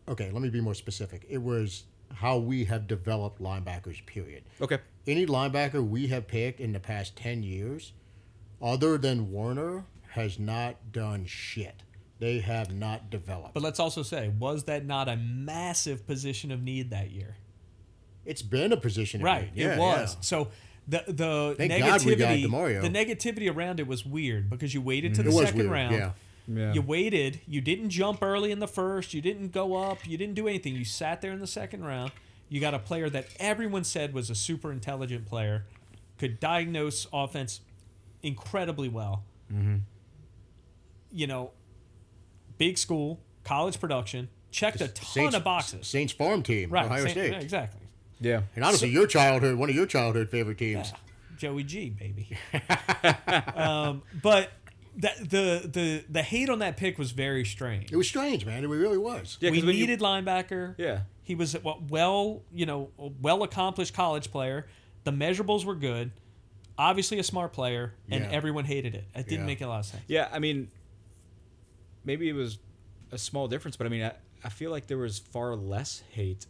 Speaker 3: Okay, let me be more specific. It was how we have developed linebackers. Period.
Speaker 2: Okay,
Speaker 3: Any linebacker we have picked in the past ten years, other than Warner, has not done shit. They have not developed.
Speaker 4: but let's also say, was that not a massive position of need that year?
Speaker 3: it's been a position. of
Speaker 4: Right.
Speaker 3: need. Yeah,
Speaker 4: it was.
Speaker 3: yeah.
Speaker 4: So the the
Speaker 3: Thank God we
Speaker 4: negativity
Speaker 3: got DeMario.
Speaker 4: the negativity around it was weird because you waited to
Speaker 3: It
Speaker 4: the
Speaker 3: was
Speaker 4: second
Speaker 3: weird,
Speaker 4: round.
Speaker 3: yeah.
Speaker 2: Yeah.
Speaker 4: You waited. You didn't jump early in the first. You didn't go up. You didn't do anything. You sat there in the second round. You got a player that everyone said was a super intelligent player, could diagnose offense incredibly well.
Speaker 3: Mm-hmm.
Speaker 4: You know, big school, college production, checked a ton of boxes.
Speaker 3: Saints farm team.
Speaker 4: Right.
Speaker 3: Ohio
Speaker 4: same-
Speaker 3: State.
Speaker 4: yeah, exactly.
Speaker 2: yeah,
Speaker 3: And honestly, your childhood, one of your childhood favorite teams.
Speaker 4: Joey
Speaker 2: (laughs)
Speaker 4: G, baby. um, but that, the the the hate on that pick was very strange.
Speaker 3: It was strange, man. It really was.
Speaker 2: yeah.
Speaker 4: we
Speaker 2: 'cause when you-
Speaker 4: needed linebacker.
Speaker 2: Yeah.
Speaker 4: he was a w- well, you know, a well accomplished college player. The measurables were good. Obviously, a smart player, and
Speaker 3: Yeah.
Speaker 4: everyone hated it. It didn't
Speaker 3: Yeah.
Speaker 4: make a lot of sense.
Speaker 2: yeah. I mean, maybe it was a small difference, but I mean, I, I feel like there was far less hate,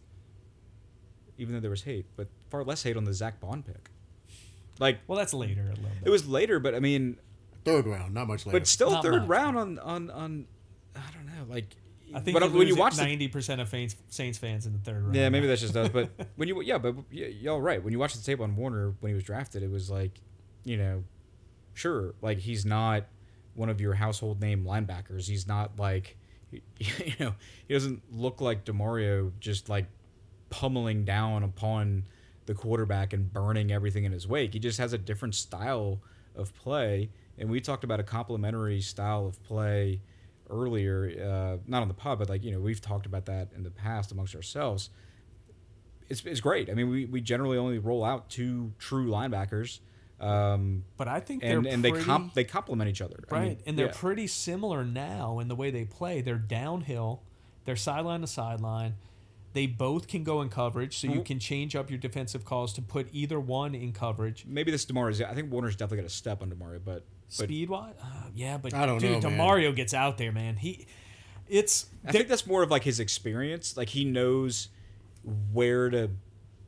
Speaker 2: even though there was hate, but far less hate on the Zach Bond pick. Like
Speaker 4: Well, that's later a little
Speaker 2: it
Speaker 4: bit.
Speaker 2: was later, but I mean,
Speaker 3: Third round, not much later.
Speaker 2: But still,
Speaker 4: Not
Speaker 2: third
Speaker 4: much.
Speaker 2: round on on on. I don't know, like.
Speaker 4: I think
Speaker 2: but
Speaker 4: but
Speaker 2: when you watch the,
Speaker 4: ninety percent of Saints, Saints fans in the third round.
Speaker 2: yeah, maybe that's just us. But when you yeah, but y- y'all right. When you watch the tape on Warner when he was drafted, it was like, you know, sure, like he's not one of your household name linebackers. He's not like, (laughs) you know, he doesn't look like Demario just like pummeling down upon the quarterback and burning everything in his wake. He just has a different style of play, and we talked about a complementary style of play earlier, uh, not on the pod, but like you know, we've talked about that in the past amongst ourselves it's, it's great. I mean, we, we generally only roll out two true linebackers, um,
Speaker 4: But I think
Speaker 2: and
Speaker 4: they're
Speaker 2: and
Speaker 4: pretty,
Speaker 2: they comp they complement each other. I
Speaker 4: Right,
Speaker 2: mean,
Speaker 4: and they're
Speaker 2: yeah.
Speaker 4: pretty similar now in the way they play. They're downhill, they're sideline to sideline. They both can go in coverage, so
Speaker 3: Mm.
Speaker 4: you can change up your defensive calls to put either one in coverage.
Speaker 2: maybe this Demario. is- I think Warner's definitely got a step on Demario, but but
Speaker 4: Speed wise, uh, yeah, but
Speaker 3: I don't
Speaker 4: dude,
Speaker 3: know, man.
Speaker 4: Demario gets out there, man. He, it's
Speaker 2: I think that's more of like his experience. Like he knows where to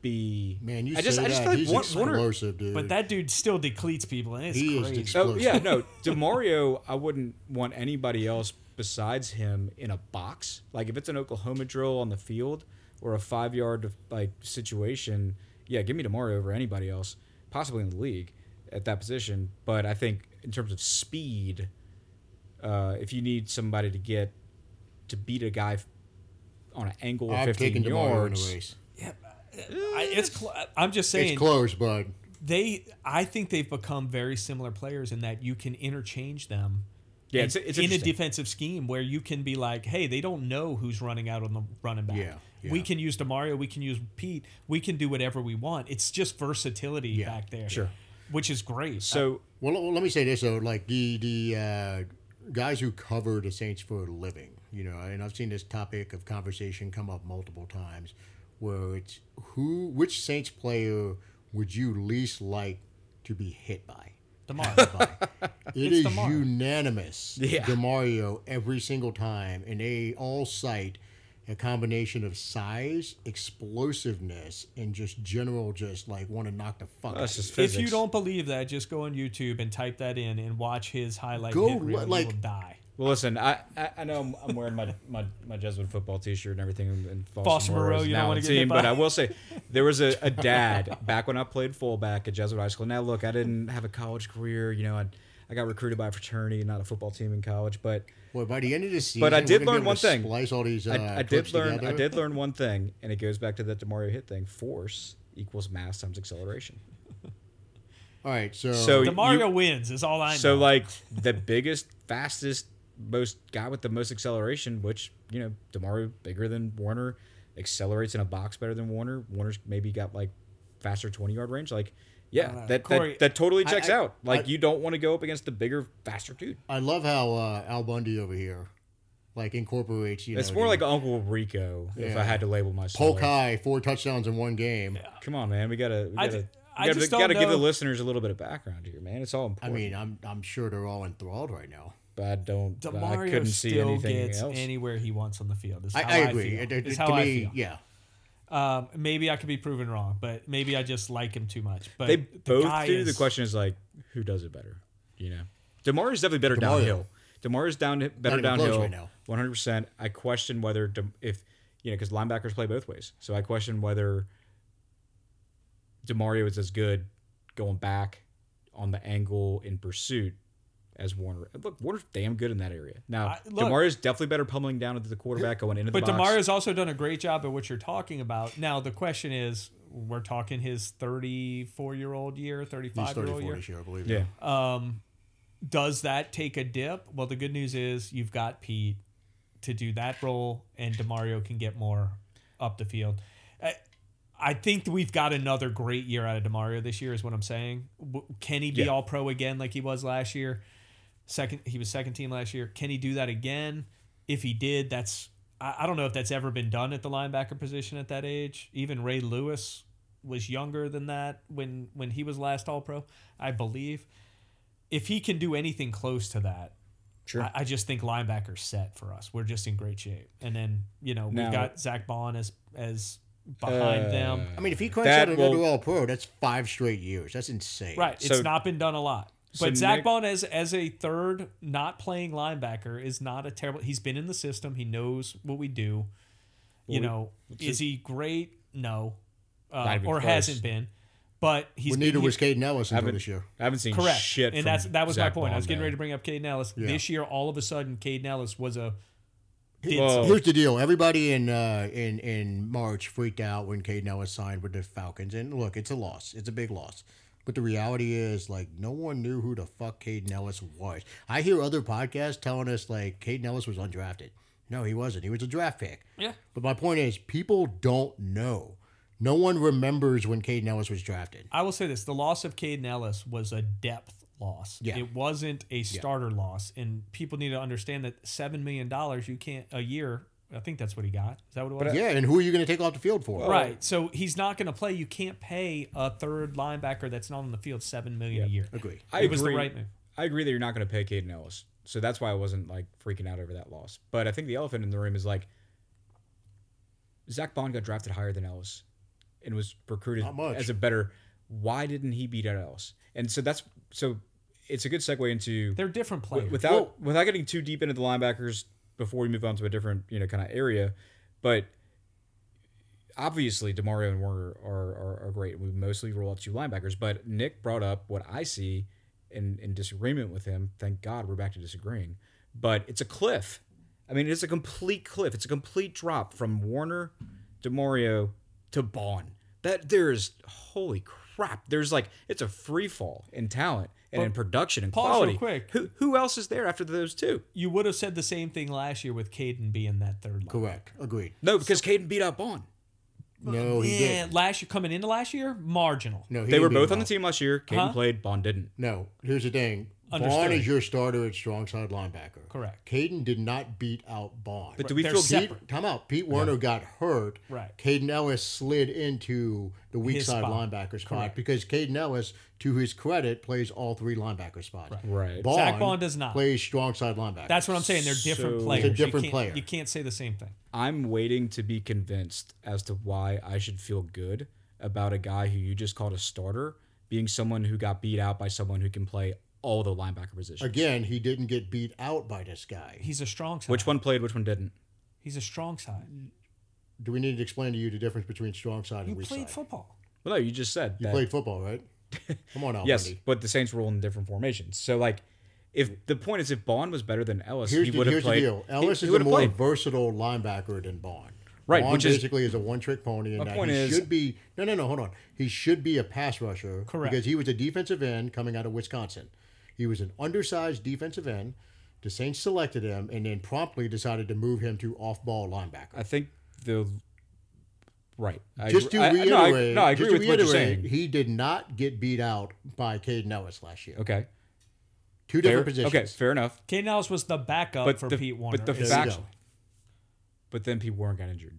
Speaker 2: be.
Speaker 3: man, you
Speaker 2: I
Speaker 3: I
Speaker 2: just
Speaker 3: say
Speaker 2: I just
Speaker 3: that.
Speaker 2: feel like
Speaker 3: He's
Speaker 2: Wa- Warner.
Speaker 3: explosive, dude.
Speaker 4: but that dude still decleats people, and it's
Speaker 3: He is
Speaker 4: crazy.
Speaker 3: decleats.
Speaker 2: Oh yeah,
Speaker 3: explosive. (laughs)
Speaker 2: no, Demario. I wouldn't want anybody else besides him in a box. Like if it's an Oklahoma drill on the field or a five yard like situation, yeah, give me Demario over anybody else, possibly in the league at that position. But I think in terms of speed, uh, if you need somebody to get to beat a guy f- on an angle of
Speaker 3: I've
Speaker 2: fifteen
Speaker 3: taken DeMario in
Speaker 2: yards,
Speaker 3: a race.
Speaker 4: I, it's cl- I'm just saying
Speaker 3: It's close, but
Speaker 4: they. I think they've become very similar players in that you can interchange them
Speaker 2: yeah,
Speaker 4: in-
Speaker 2: it's, it's
Speaker 4: in a
Speaker 2: interesting.
Speaker 4: defensive scheme where you can be like, hey, they don't know who's running out on the running back.
Speaker 3: Yeah,
Speaker 4: We
Speaker 3: yeah.
Speaker 4: can use Demario, we can use Pete, we can do whatever we want. It's just versatility back there.
Speaker 2: sure.
Speaker 4: Which is great.
Speaker 2: so
Speaker 3: well, l- let me say this though: like the the uh, guys who cover the Saints for a living, you know, and I've seen this topic of conversation come up multiple times, where it's who, which Saints player would you least like to be hit by?
Speaker 4: Uh, DeMar.
Speaker 3: It
Speaker 4: It's
Speaker 3: is
Speaker 4: DeMar.
Speaker 3: unanimous.
Speaker 2: Yeah.
Speaker 3: DeMario every single time, and they all cite a combination of size, explosiveness, and just general, just like want to knock the fuck. out
Speaker 2: That's
Speaker 3: of
Speaker 2: just
Speaker 4: if
Speaker 2: (laughs) physics.
Speaker 4: you don't believe that, just go on YouTube and type that in and watch his highlight
Speaker 3: Go,
Speaker 4: hit reel. You
Speaker 3: like-
Speaker 4: will die.
Speaker 2: Well, listen, I, I, I know I'm, I'm wearing my, my, my Jesuit football T-shirt and everything, and- and
Speaker 4: Foster
Speaker 2: Foster Moreau
Speaker 4: Moreau,
Speaker 2: is
Speaker 4: you don't
Speaker 2: now on
Speaker 4: wanna
Speaker 2: the
Speaker 4: get hit
Speaker 2: team.
Speaker 4: by-
Speaker 2: But I will
Speaker 4: (laughs)
Speaker 2: say, there was a, a dad back when I played fullback at Jesuit High School. Now, look, I didn't have a college career. You know, I I got recruited by a fraternity, not a football team in college. But
Speaker 3: you. Boy, by the end of the season,
Speaker 2: But I
Speaker 3: we're
Speaker 2: did
Speaker 3: gonna be
Speaker 2: learn
Speaker 3: able to
Speaker 2: one thing.
Speaker 3: Splice all these. Uh,
Speaker 2: I, I
Speaker 3: clips
Speaker 2: did learn I
Speaker 3: together.
Speaker 2: did learn one thing, and it goes back to that Demario hit thing: force equals mass times acceleration.
Speaker 3: All right, so
Speaker 2: So- You-
Speaker 4: DeMario wins is all I know.
Speaker 2: So, like the biggest, fastest, most guy with the most acceleration, which you know, Demario bigger than Warner, accelerates in a box better than Warner. Warner's maybe got like faster twenty yard range. Like, yeah, that,
Speaker 4: Corey,
Speaker 2: that that totally
Speaker 3: I-
Speaker 2: checks
Speaker 3: I-
Speaker 2: out. Like,
Speaker 3: I-
Speaker 2: you don't want to go up against the bigger, faster dude.
Speaker 3: I love how uh, Al Bundy over here, like incorporates. You
Speaker 2: It's
Speaker 3: know,
Speaker 2: more
Speaker 3: the
Speaker 2: like Uncle Rico, if
Speaker 3: Yeah.
Speaker 2: I had to label myself.
Speaker 3: Polk High, four touchdowns in one game.
Speaker 2: Come on, man, we gotta, we
Speaker 4: I
Speaker 2: gotta,
Speaker 4: ju- I
Speaker 2: we gotta,
Speaker 4: just don't
Speaker 2: gotta give
Speaker 4: know-
Speaker 2: the listeners a little bit of background here, man. It's all
Speaker 3: I
Speaker 2: important.
Speaker 3: mean, I'm I'm sure they're all enthralled right now.
Speaker 2: but I don't, I
Speaker 4: DeMario
Speaker 2: couldn't
Speaker 4: still
Speaker 2: see anything
Speaker 4: gets
Speaker 2: else.
Speaker 4: anywhere he wants on the field. Is
Speaker 3: I,
Speaker 4: how
Speaker 3: I agree.
Speaker 4: feel.
Speaker 3: It- it-
Speaker 4: Is
Speaker 3: it-
Speaker 4: how
Speaker 3: to
Speaker 4: I
Speaker 3: me,
Speaker 4: feel.
Speaker 3: yeah.
Speaker 4: Um, maybe I could be proven wrong, but maybe I just like him too much. But
Speaker 2: they
Speaker 4: the
Speaker 2: both
Speaker 4: guy
Speaker 2: do. The
Speaker 4: is-
Speaker 2: question is like, who does it better? You know, Demar is definitely better
Speaker 3: DeMario.
Speaker 2: downhill. Demar is down better
Speaker 3: even close
Speaker 2: downhill.
Speaker 3: right now.
Speaker 2: One hundred percent. I question whether De, if you know because linebackers play both ways. So I question whether Demario is as good going back on the angle in pursuit as Warner. Look, Warner's damn good in that area. Now,
Speaker 4: I- look-
Speaker 2: Demario is definitely better pummeling down into the quarterback going into the
Speaker 4: But
Speaker 2: box.
Speaker 4: Demario's also done a great job at what you're talking about. Now the question is, we're talking his 34 year old year,
Speaker 3: He's
Speaker 4: 35 year old
Speaker 3: 34
Speaker 4: year.
Speaker 3: this year, I believe.
Speaker 2: yeah,
Speaker 4: Does that take a dip? Well, the good news is you've got Pete to do that role, and Demario can get more up the field. I- I think we've got another great year out of Demario this year, is what I'm saying. W- Can he be
Speaker 2: Yeah.
Speaker 4: All Pro again like he was last year? Second, he was second team last year. Can he do that again? If he did, that's I, I don't know if that's ever been done at the linebacker position at that age. Even Ray Lewis was younger than that when when he was last All Pro, I believe. If he can do anything close to that,
Speaker 2: sure.
Speaker 4: I, I just think linebacker's set for us. We're just in great shape. And then, you know,
Speaker 2: Now- Uh,
Speaker 4: we've got Zach Bond as as behind them.
Speaker 3: I mean, if he cranks
Speaker 2: That
Speaker 3: out another
Speaker 2: will-
Speaker 3: All Pro, that's five straight years. That's insane.
Speaker 4: Right. It's
Speaker 2: so-
Speaker 4: not been done a lot.
Speaker 2: so
Speaker 4: But Zach
Speaker 2: Nick-
Speaker 4: Bond as as a third not playing linebacker is not a terrible he's been in the system. He knows what we do. you know, is he great? No. Uh,
Speaker 2: even
Speaker 4: or
Speaker 2: close.
Speaker 4: hasn't been. But he's
Speaker 3: Well,
Speaker 4: been,
Speaker 3: neither
Speaker 4: he-
Speaker 3: was Caden Ellis until
Speaker 2: haven't-
Speaker 3: this year.
Speaker 2: I haven't seen
Speaker 4: Correct.
Speaker 2: shit.
Speaker 4: and
Speaker 2: from
Speaker 4: that's that was
Speaker 2: Zach
Speaker 4: my point. I was
Speaker 2: Bond,
Speaker 4: getting
Speaker 2: though.
Speaker 4: ready to bring up Caden Ellis.
Speaker 3: Yeah.
Speaker 4: This year, all of a sudden, Caden Ellis was a. did
Speaker 2: Whoa.
Speaker 3: Here's the deal. Everybody in uh, in in March freaked out when Caden Ellis signed with the Falcons, and look, it's a loss. It's a big loss. But the reality is, like, no one knew who the fuck Caden Ellis was. I hear other podcasts telling us like Caden Ellis was undrafted. No, he wasn't. He was a draft pick.
Speaker 4: Yeah.
Speaker 3: But my point is, people don't know. No one remembers when Caden Ellis was drafted.
Speaker 4: I will say this: the loss of Caden Ellis was a depth loss.
Speaker 3: Yeah.
Speaker 4: It wasn't a starter loss, and people need to understand that seven million dollars you can't a year. I think that's what he got. Is that what it was?
Speaker 3: Yeah, and who are you going to take off the field for?
Speaker 4: Right. So he's not going to play. You can't pay a third linebacker that's not on the field seven million a year.
Speaker 3: Agree.
Speaker 2: I
Speaker 4: It
Speaker 2: agree.
Speaker 4: was the right move.
Speaker 2: I agree that you're not going to pay Caden Ellis, so that's why I wasn't like freaking out over that loss. But I think the elephant in the room is like Zach Bond got drafted higher than Ellis, and was recruited
Speaker 3: Not much.
Speaker 2: as a better. Why didn't he beat out Ellis? And so that's so it's a good segue into
Speaker 4: They're different players.
Speaker 2: without without getting too deep into the linebackers before we move on to a different you know kind of area, but obviously Demario and Warner are, are are great. We mostly roll out two linebackers, but Nick brought up what I see in in disagreement with him. Thank God we're back to disagreeing, but it's a cliff. I mean, it's a complete cliff. It's a complete drop from Warner, Demario to Bond. That there is holy crap. There's like it's a free fall in talent and in production and
Speaker 4: pause
Speaker 2: quality.
Speaker 4: real quick.
Speaker 2: Who who else is there after those two?
Speaker 4: you would have said the same thing last year with Caden being that third line.
Speaker 3: Correct. Agreed.
Speaker 2: No, because Caden beat up on.
Speaker 3: No, he
Speaker 4: Yeah,
Speaker 3: did.
Speaker 4: last year coming into last year, marginal.
Speaker 3: No, he
Speaker 2: They were
Speaker 3: didn't beat
Speaker 2: both on
Speaker 3: him
Speaker 2: the
Speaker 3: out.
Speaker 2: team last year. Caden
Speaker 4: Huh?
Speaker 2: played, Bond didn't.
Speaker 3: No, here's the thing.
Speaker 4: Understood.
Speaker 3: Bond is your starter at strong side linebacker.
Speaker 4: Correct.
Speaker 3: Caden did not beat out Bond.
Speaker 2: But do we
Speaker 4: They're
Speaker 2: feel
Speaker 4: separate.
Speaker 2: deep?
Speaker 3: Pete, time out. Pete Werner got hurt.
Speaker 4: Right.
Speaker 3: Caden Ellis slid into the weak
Speaker 4: His
Speaker 3: side
Speaker 4: spot.
Speaker 3: linebacker spot because Caden Ellis, to his credit, plays all three linebacker spots.
Speaker 2: Right.
Speaker 3: Bond
Speaker 4: Zach Bond does not.
Speaker 3: plays strong side linebacker.
Speaker 4: That's what I'm saying. They're different
Speaker 2: So-
Speaker 4: players.
Speaker 2: He's a
Speaker 4: You
Speaker 3: different
Speaker 4: can't-
Speaker 3: player.
Speaker 4: You can't say the same thing.
Speaker 2: I'm waiting to be convinced as to why I should feel good about a guy who you just called a starter being someone who got beat out by someone who can play all the linebacker positions.
Speaker 3: again. He didn't get beat out by this guy.
Speaker 4: He's a strong side.
Speaker 2: Which one played, which one didn't?
Speaker 4: He's a strong side.
Speaker 3: Do we need to explain to you the difference between strong side
Speaker 4: You
Speaker 3: and weak
Speaker 4: played
Speaker 3: side?
Speaker 4: football.
Speaker 2: Well, no, you just said
Speaker 3: you
Speaker 2: that-
Speaker 3: played
Speaker 2: (laughs)
Speaker 3: football, right? Come on, now,
Speaker 2: Yes,
Speaker 3: Wendy.
Speaker 2: but the Saints roll in different formations. So like, if the point is if Bond was better than Ellis,
Speaker 3: Here's,
Speaker 2: he
Speaker 3: the,
Speaker 2: would have
Speaker 3: here's
Speaker 2: played.
Speaker 3: the deal.
Speaker 2: he-
Speaker 3: Ellis
Speaker 2: he
Speaker 3: is a
Speaker 2: would've
Speaker 3: more
Speaker 2: played.
Speaker 3: versatile linebacker than Bond.
Speaker 2: Right,
Speaker 3: Bond
Speaker 2: which is-
Speaker 3: basically is, a one-trick pony, and that
Speaker 2: point
Speaker 3: he
Speaker 2: is-
Speaker 3: should be. No, no, no. Hold on. He should be a pass rusher,
Speaker 4: Correct.
Speaker 3: Because he was a defensive end coming out of Wisconsin. He was an undersized defensive end. The Saints selected him, and then promptly decided to move him to off-ball linebacker.
Speaker 2: I think the right. I
Speaker 3: Just
Speaker 2: agree-
Speaker 3: to
Speaker 2: I-
Speaker 3: reiterate,
Speaker 2: no, I, no, I agree
Speaker 3: just to
Speaker 2: with what you're
Speaker 3: reiterate,
Speaker 2: saying.
Speaker 3: he did not get beat out by Caden Ellis last year.
Speaker 2: Okay,
Speaker 3: Two
Speaker 2: fair,
Speaker 3: different positions.
Speaker 2: okay, fair enough.
Speaker 4: Caden Ellis was the backup
Speaker 2: But
Speaker 4: for
Speaker 2: the-
Speaker 4: Pete
Speaker 2: but
Speaker 4: Warner.
Speaker 2: the
Speaker 3: There you
Speaker 4: is-
Speaker 2: fact-
Speaker 3: go.
Speaker 2: But then Pete Warren got injured.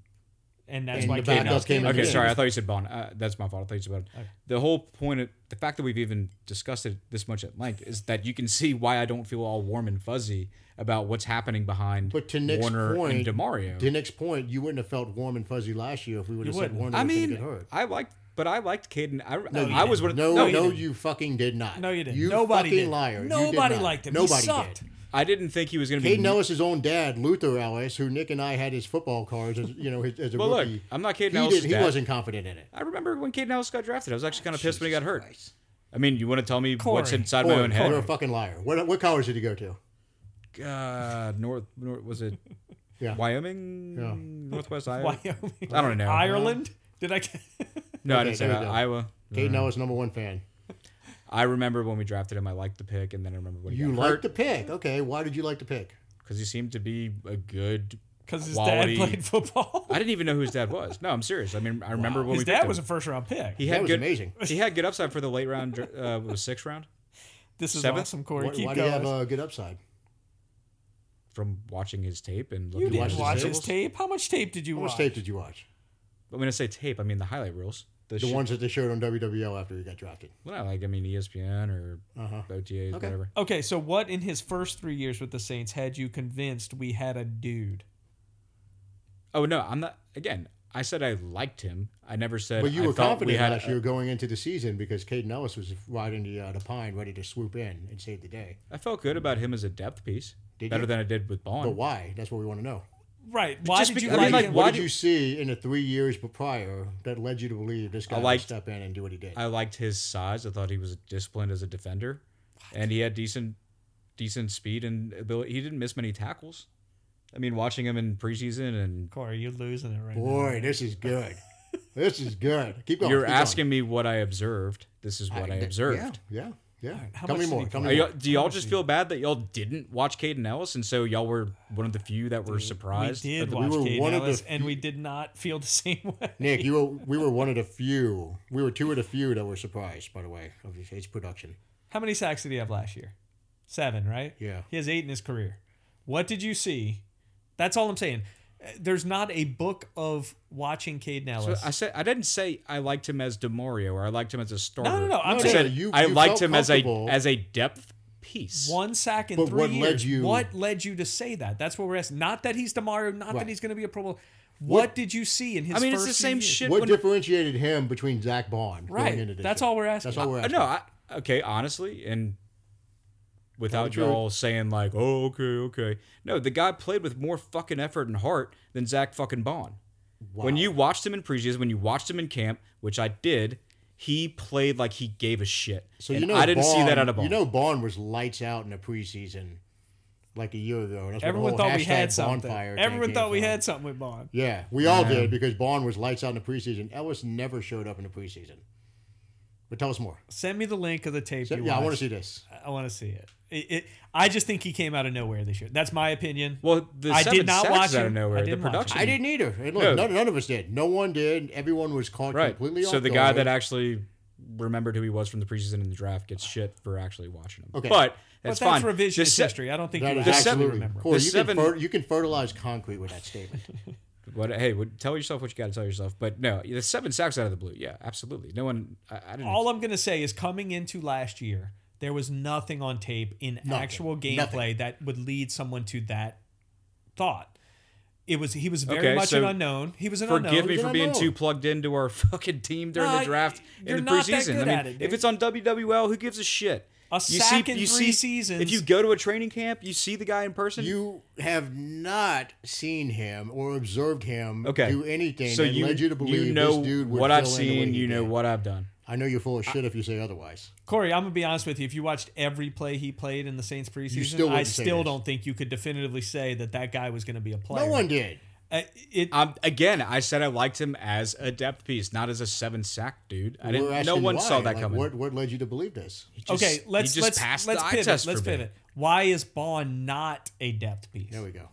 Speaker 4: and that's
Speaker 3: and
Speaker 4: why
Speaker 3: the
Speaker 4: Caden
Speaker 3: backup
Speaker 4: Ellis
Speaker 3: came
Speaker 4: came
Speaker 3: in
Speaker 4: in.
Speaker 2: Okay,
Speaker 3: Yeah.
Speaker 2: sorry, I thought you said Bond. Uh, that's my fault. I thought you said Bond. The whole point of the fact that we've even discussed it this much at length is that you can see why I don't feel all warm and fuzzy about what's happening behind
Speaker 3: But to Nick's
Speaker 2: Warner
Speaker 3: point,
Speaker 2: and Demario.
Speaker 3: To Nick's point, you wouldn't have felt warm and fuzzy last year if we would have said
Speaker 4: wouldn't.
Speaker 3: Warner
Speaker 2: I
Speaker 3: was going to
Speaker 2: mean,
Speaker 3: get hurt.
Speaker 2: I liked, but I liked Caden. I,
Speaker 3: No, you
Speaker 2: I was one
Speaker 3: didn't.
Speaker 2: of-
Speaker 3: no,
Speaker 2: no,
Speaker 3: no,
Speaker 2: he didn't.
Speaker 3: you fucking did not.
Speaker 4: No, you didn't.
Speaker 3: You
Speaker 4: Nobody
Speaker 3: fucking
Speaker 4: did.
Speaker 3: liar. You did
Speaker 4: Nobody
Speaker 3: not.
Speaker 4: liked him. He
Speaker 3: Nobody
Speaker 4: sucked. (laughs)
Speaker 3: did.
Speaker 2: I didn't think he was going to be.
Speaker 3: Caden Ellis' own dad, Luther Ellis, who Nick and I had his football cards as you know his, as a
Speaker 2: Well, look,
Speaker 3: rookie.
Speaker 2: I'm not Caden
Speaker 3: he
Speaker 2: Ellis's
Speaker 3: did-
Speaker 2: dad.
Speaker 3: He wasn't confident in it.
Speaker 2: I remember when Caden Ellis got drafted. I was actually kind of pissed when he got hurt. I mean, you want to tell me what's
Speaker 4: Corey.
Speaker 2: inside my
Speaker 3: Boy,
Speaker 2: own
Speaker 3: You're a
Speaker 2: head?
Speaker 3: fucking liar. What, what college did he go to?
Speaker 2: God, uh, North, North was it
Speaker 3: (laughs) Yeah.
Speaker 2: Wyoming?
Speaker 3: Yeah.
Speaker 2: Northwest Iowa?
Speaker 4: Wyoming.
Speaker 2: I don't know.
Speaker 4: Ireland? Did I get (laughs)
Speaker 2: No, I
Speaker 3: Okay,
Speaker 2: didn't say
Speaker 3: there
Speaker 2: that.
Speaker 3: we go.
Speaker 2: Iowa.
Speaker 3: Caden Ellis, number one fan.
Speaker 2: I remember when we drafted him. I liked the pick, and then I remember when he
Speaker 3: You
Speaker 2: got
Speaker 3: liked the pick. Okay, why did you like the pick?
Speaker 2: because he seemed to be a good.
Speaker 4: because his
Speaker 2: Quality.
Speaker 4: dad played football?
Speaker 2: I didn't even know who his dad was. No, I'm serious. I mean, I remember when we
Speaker 4: his
Speaker 2: picked
Speaker 4: dad
Speaker 2: him.
Speaker 4: was a first round pick.
Speaker 2: he
Speaker 3: That
Speaker 2: had
Speaker 3: was
Speaker 2: good,
Speaker 3: amazing.
Speaker 2: He had good upside for the late round. dr- Uh, what was sixth round?
Speaker 4: this is
Speaker 2: seventh?
Speaker 4: awesome, Corey.
Speaker 3: Why,
Speaker 4: Keep
Speaker 3: why do you
Speaker 4: going.
Speaker 3: have a good upside?
Speaker 2: From watching his tape and
Speaker 4: you
Speaker 2: looking
Speaker 4: didn't
Speaker 3: watched
Speaker 4: watch
Speaker 3: his
Speaker 4: his tape. How much tape did you
Speaker 3: How
Speaker 4: watch?
Speaker 3: much tape did you watch?
Speaker 2: But when I say tape, I mean the highlight reels. The,
Speaker 3: The
Speaker 2: shit-
Speaker 3: ones that they showed on WWL after he got drafted.
Speaker 2: Well, not like I mean E ESPN or
Speaker 3: Uh-huh.
Speaker 2: OTAs,
Speaker 3: Okay.
Speaker 2: whatever.
Speaker 4: Okay, so what in his first three years with the Saints had you convinced we had a dude?
Speaker 2: Oh no, I'm not. Again, I said I liked him. I never said.
Speaker 3: But you
Speaker 2: I
Speaker 3: were
Speaker 2: thought
Speaker 3: confident
Speaker 2: we had
Speaker 3: last
Speaker 2: a-
Speaker 3: year going into the season because Caden Ellis was riding the, uh, the pine ready to swoop in and save the day.
Speaker 2: I felt good about him as a depth piece.
Speaker 3: Did
Speaker 2: better
Speaker 3: you?
Speaker 2: than I did with Bond.
Speaker 3: But why? That's what we want to know.
Speaker 4: Right. Why
Speaker 2: just
Speaker 4: did you
Speaker 2: because- Um, I mean,
Speaker 4: like
Speaker 2: like,
Speaker 4: him?
Speaker 2: why
Speaker 3: What did
Speaker 2: do-
Speaker 3: you see in the three years b- prior that led you to believe this guy would
Speaker 2: liked-
Speaker 3: step in and do what he did?
Speaker 2: I liked his size. I thought he was disciplined as a defender, and he had decent, decent speed and ability. He didn't miss many tackles. I mean, watching him in preseason and
Speaker 4: Corey, you're losing it right
Speaker 3: Boy, this is good. this is good. Keep going.
Speaker 2: you're
Speaker 3: keep going.
Speaker 2: asking me what I observed. This is what I, observed.
Speaker 3: Yeah, yeah. yeah.
Speaker 4: how
Speaker 3: tell me
Speaker 4: much did
Speaker 3: more.
Speaker 4: he
Speaker 3: Tell
Speaker 2: Are
Speaker 3: me more.
Speaker 2: y'all, do y'all just feel bad that y'all didn't watch Caden Ellis, and so y'all were one of the few that were
Speaker 4: now. We
Speaker 2: surprised? But
Speaker 4: did
Speaker 2: the-
Speaker 4: watch
Speaker 3: were
Speaker 4: Caden
Speaker 3: one of the
Speaker 4: Ellis, and
Speaker 3: few-
Speaker 4: we did not feel the (laughs) same way.
Speaker 3: Nick, you were we were one of the few. We were two of the few that were surprised, by the way, of his, his production.
Speaker 4: How many sacks did he have last year? Seven, right?
Speaker 3: Yeah.
Speaker 4: He has eight in his career. What did you see? That's all I'm saying. Uh, There's not a book of watching Caden
Speaker 2: so
Speaker 4: Ellis.
Speaker 2: I said I didn't say I liked him as Demario or I liked him as a starter.
Speaker 4: no, no,
Speaker 2: I
Speaker 4: I'm
Speaker 3: No,
Speaker 4: saying
Speaker 2: said
Speaker 3: you-
Speaker 2: I
Speaker 3: you
Speaker 2: liked
Speaker 3: felt
Speaker 2: him as a
Speaker 3: comfortable.
Speaker 2: as a depth piece.
Speaker 4: one sack in
Speaker 3: But
Speaker 4: three
Speaker 3: what led
Speaker 4: years.
Speaker 3: you-
Speaker 4: what led you to say that? That's what we're asking. Not that he's Demario. Not that
Speaker 3: Right.
Speaker 4: he's going to be a Pro Bowl. What,
Speaker 3: What-
Speaker 4: did you see in his?
Speaker 2: I mean, it's
Speaker 4: first
Speaker 2: the
Speaker 4: few
Speaker 2: same
Speaker 4: years?
Speaker 2: shit.
Speaker 3: What
Speaker 2: when-
Speaker 3: differentiated him between Zach Bond
Speaker 4: Right.
Speaker 3: going into this?
Speaker 4: That's
Speaker 3: year?
Speaker 4: all we're asking.
Speaker 3: That's all we're
Speaker 2: Uh,
Speaker 3: asking.
Speaker 2: No, I, okay, honestly, and without
Speaker 3: truth.
Speaker 2: y'all saying like, "Oh, okay, okay," no, the guy played with more fucking effort and heart than Zach fucking Bond. When you watched him in preseason, when you watched him in camp, which I did, he played like he gave a shit.
Speaker 3: So
Speaker 2: And
Speaker 3: you know,
Speaker 2: I didn't see that out of
Speaker 3: Bond-
Speaker 2: Bond.
Speaker 3: You know, Bond was lights out in the preseason, like a year ago. and that's where the
Speaker 4: Everyone
Speaker 3: whole
Speaker 4: thought we
Speaker 3: Oh, hashtag
Speaker 4: had something.
Speaker 3: Bonfire thing
Speaker 4: Everyone
Speaker 3: came
Speaker 4: thought we
Speaker 3: from.
Speaker 4: had something with Bond.
Speaker 3: Yeah, we all did because Bond was lights out in the preseason. Ellis never showed up in the preseason. But tell us more.
Speaker 4: Send me the link of the tape.
Speaker 3: So-
Speaker 4: you
Speaker 3: yeah, I want to
Speaker 4: watched.
Speaker 3: see this.
Speaker 4: I want to see it. It, it. I just think he came out of nowhere this year. That's my opinion.
Speaker 2: well, the
Speaker 4: I
Speaker 2: I
Speaker 4: did
Speaker 2: seven
Speaker 4: not
Speaker 2: sacks
Speaker 4: watch
Speaker 2: out of
Speaker 4: him. I
Speaker 2: nowhere, the
Speaker 4: didn't watch him.
Speaker 2: production,
Speaker 3: I didn't either. And look,
Speaker 2: No.
Speaker 3: none, none of us did. No one did. Everyone was caught
Speaker 2: right?
Speaker 3: completely off
Speaker 2: So the guy
Speaker 3: guard.
Speaker 2: that actually remembered who he was from the preseason and the draft gets shit for actually watching him.
Speaker 3: Okay.
Speaker 2: But
Speaker 4: But
Speaker 2: that's,
Speaker 4: that's
Speaker 2: fine. The
Speaker 4: revisionist
Speaker 2: se-
Speaker 4: history. I don't think
Speaker 3: That
Speaker 4: you
Speaker 3: is
Speaker 4: actually
Speaker 2: seven-
Speaker 3: absolutely
Speaker 4: remember.
Speaker 3: cool.
Speaker 2: The
Speaker 3: You,
Speaker 2: seven-
Speaker 3: can fer- you can fertilize concrete with that statement.
Speaker 2: What, hey, would tell yourself what you got to tell yourself. But no, the seven sacks out of the blue. Yeah, absolutely. No one. I, I didn't.
Speaker 4: All I'm going to say is coming into last year, there was nothing on tape in actual gameplay
Speaker 3: Nothing.
Speaker 4: that would lead someone to that thought. It was he was very
Speaker 2: Okay,
Speaker 4: much an
Speaker 2: so
Speaker 4: unknown. He was an
Speaker 2: forgive
Speaker 4: unknown.
Speaker 2: me
Speaker 3: He's
Speaker 2: for
Speaker 3: an
Speaker 2: being
Speaker 3: unknown.
Speaker 2: too plugged into our (laughs) fucking team during
Speaker 4: No,
Speaker 2: the draft
Speaker 4: you're
Speaker 2: in the
Speaker 4: not that
Speaker 2: preseason.
Speaker 4: good
Speaker 2: I mean,
Speaker 4: at it, dude.
Speaker 2: if it's on WWL, who gives a shit?
Speaker 4: A sack in three seasons.
Speaker 2: If you go to a training camp, you see the guy in person.
Speaker 3: You have not seen him or observed him
Speaker 2: okay.
Speaker 3: do anything
Speaker 2: So
Speaker 3: that
Speaker 2: you
Speaker 3: led you to believe
Speaker 2: you know
Speaker 3: this dude would
Speaker 2: what I've
Speaker 3: fill in the way
Speaker 2: seen.
Speaker 3: he
Speaker 2: You know
Speaker 3: did.
Speaker 2: what I've done.
Speaker 3: I know you're full of shit if you say otherwise.
Speaker 4: Corey, I'm gonna be honest with you. If you watched every play he played in the Saints preseason,
Speaker 3: still
Speaker 4: I
Speaker 3: wouldn't say
Speaker 4: still
Speaker 3: this.
Speaker 4: don't think you could definitively say that that guy was gonna be a player.
Speaker 3: No one did.
Speaker 4: Uh, it,
Speaker 2: Um, again, I said I liked him as a depth piece, not as a seven sack dude. I
Speaker 3: We're
Speaker 2: didn't. No
Speaker 3: asking
Speaker 2: one
Speaker 3: why.
Speaker 2: saw that
Speaker 3: Like,
Speaker 2: coming.
Speaker 3: What, what led you to believe this?
Speaker 2: He just-
Speaker 4: okay,
Speaker 2: he
Speaker 4: let's
Speaker 2: just
Speaker 4: let's
Speaker 2: passed
Speaker 4: let's
Speaker 2: the eye
Speaker 4: pivot.
Speaker 2: test
Speaker 4: let's
Speaker 2: for me.
Speaker 4: pivot. Why is Bond not a depth piece?
Speaker 3: There we go.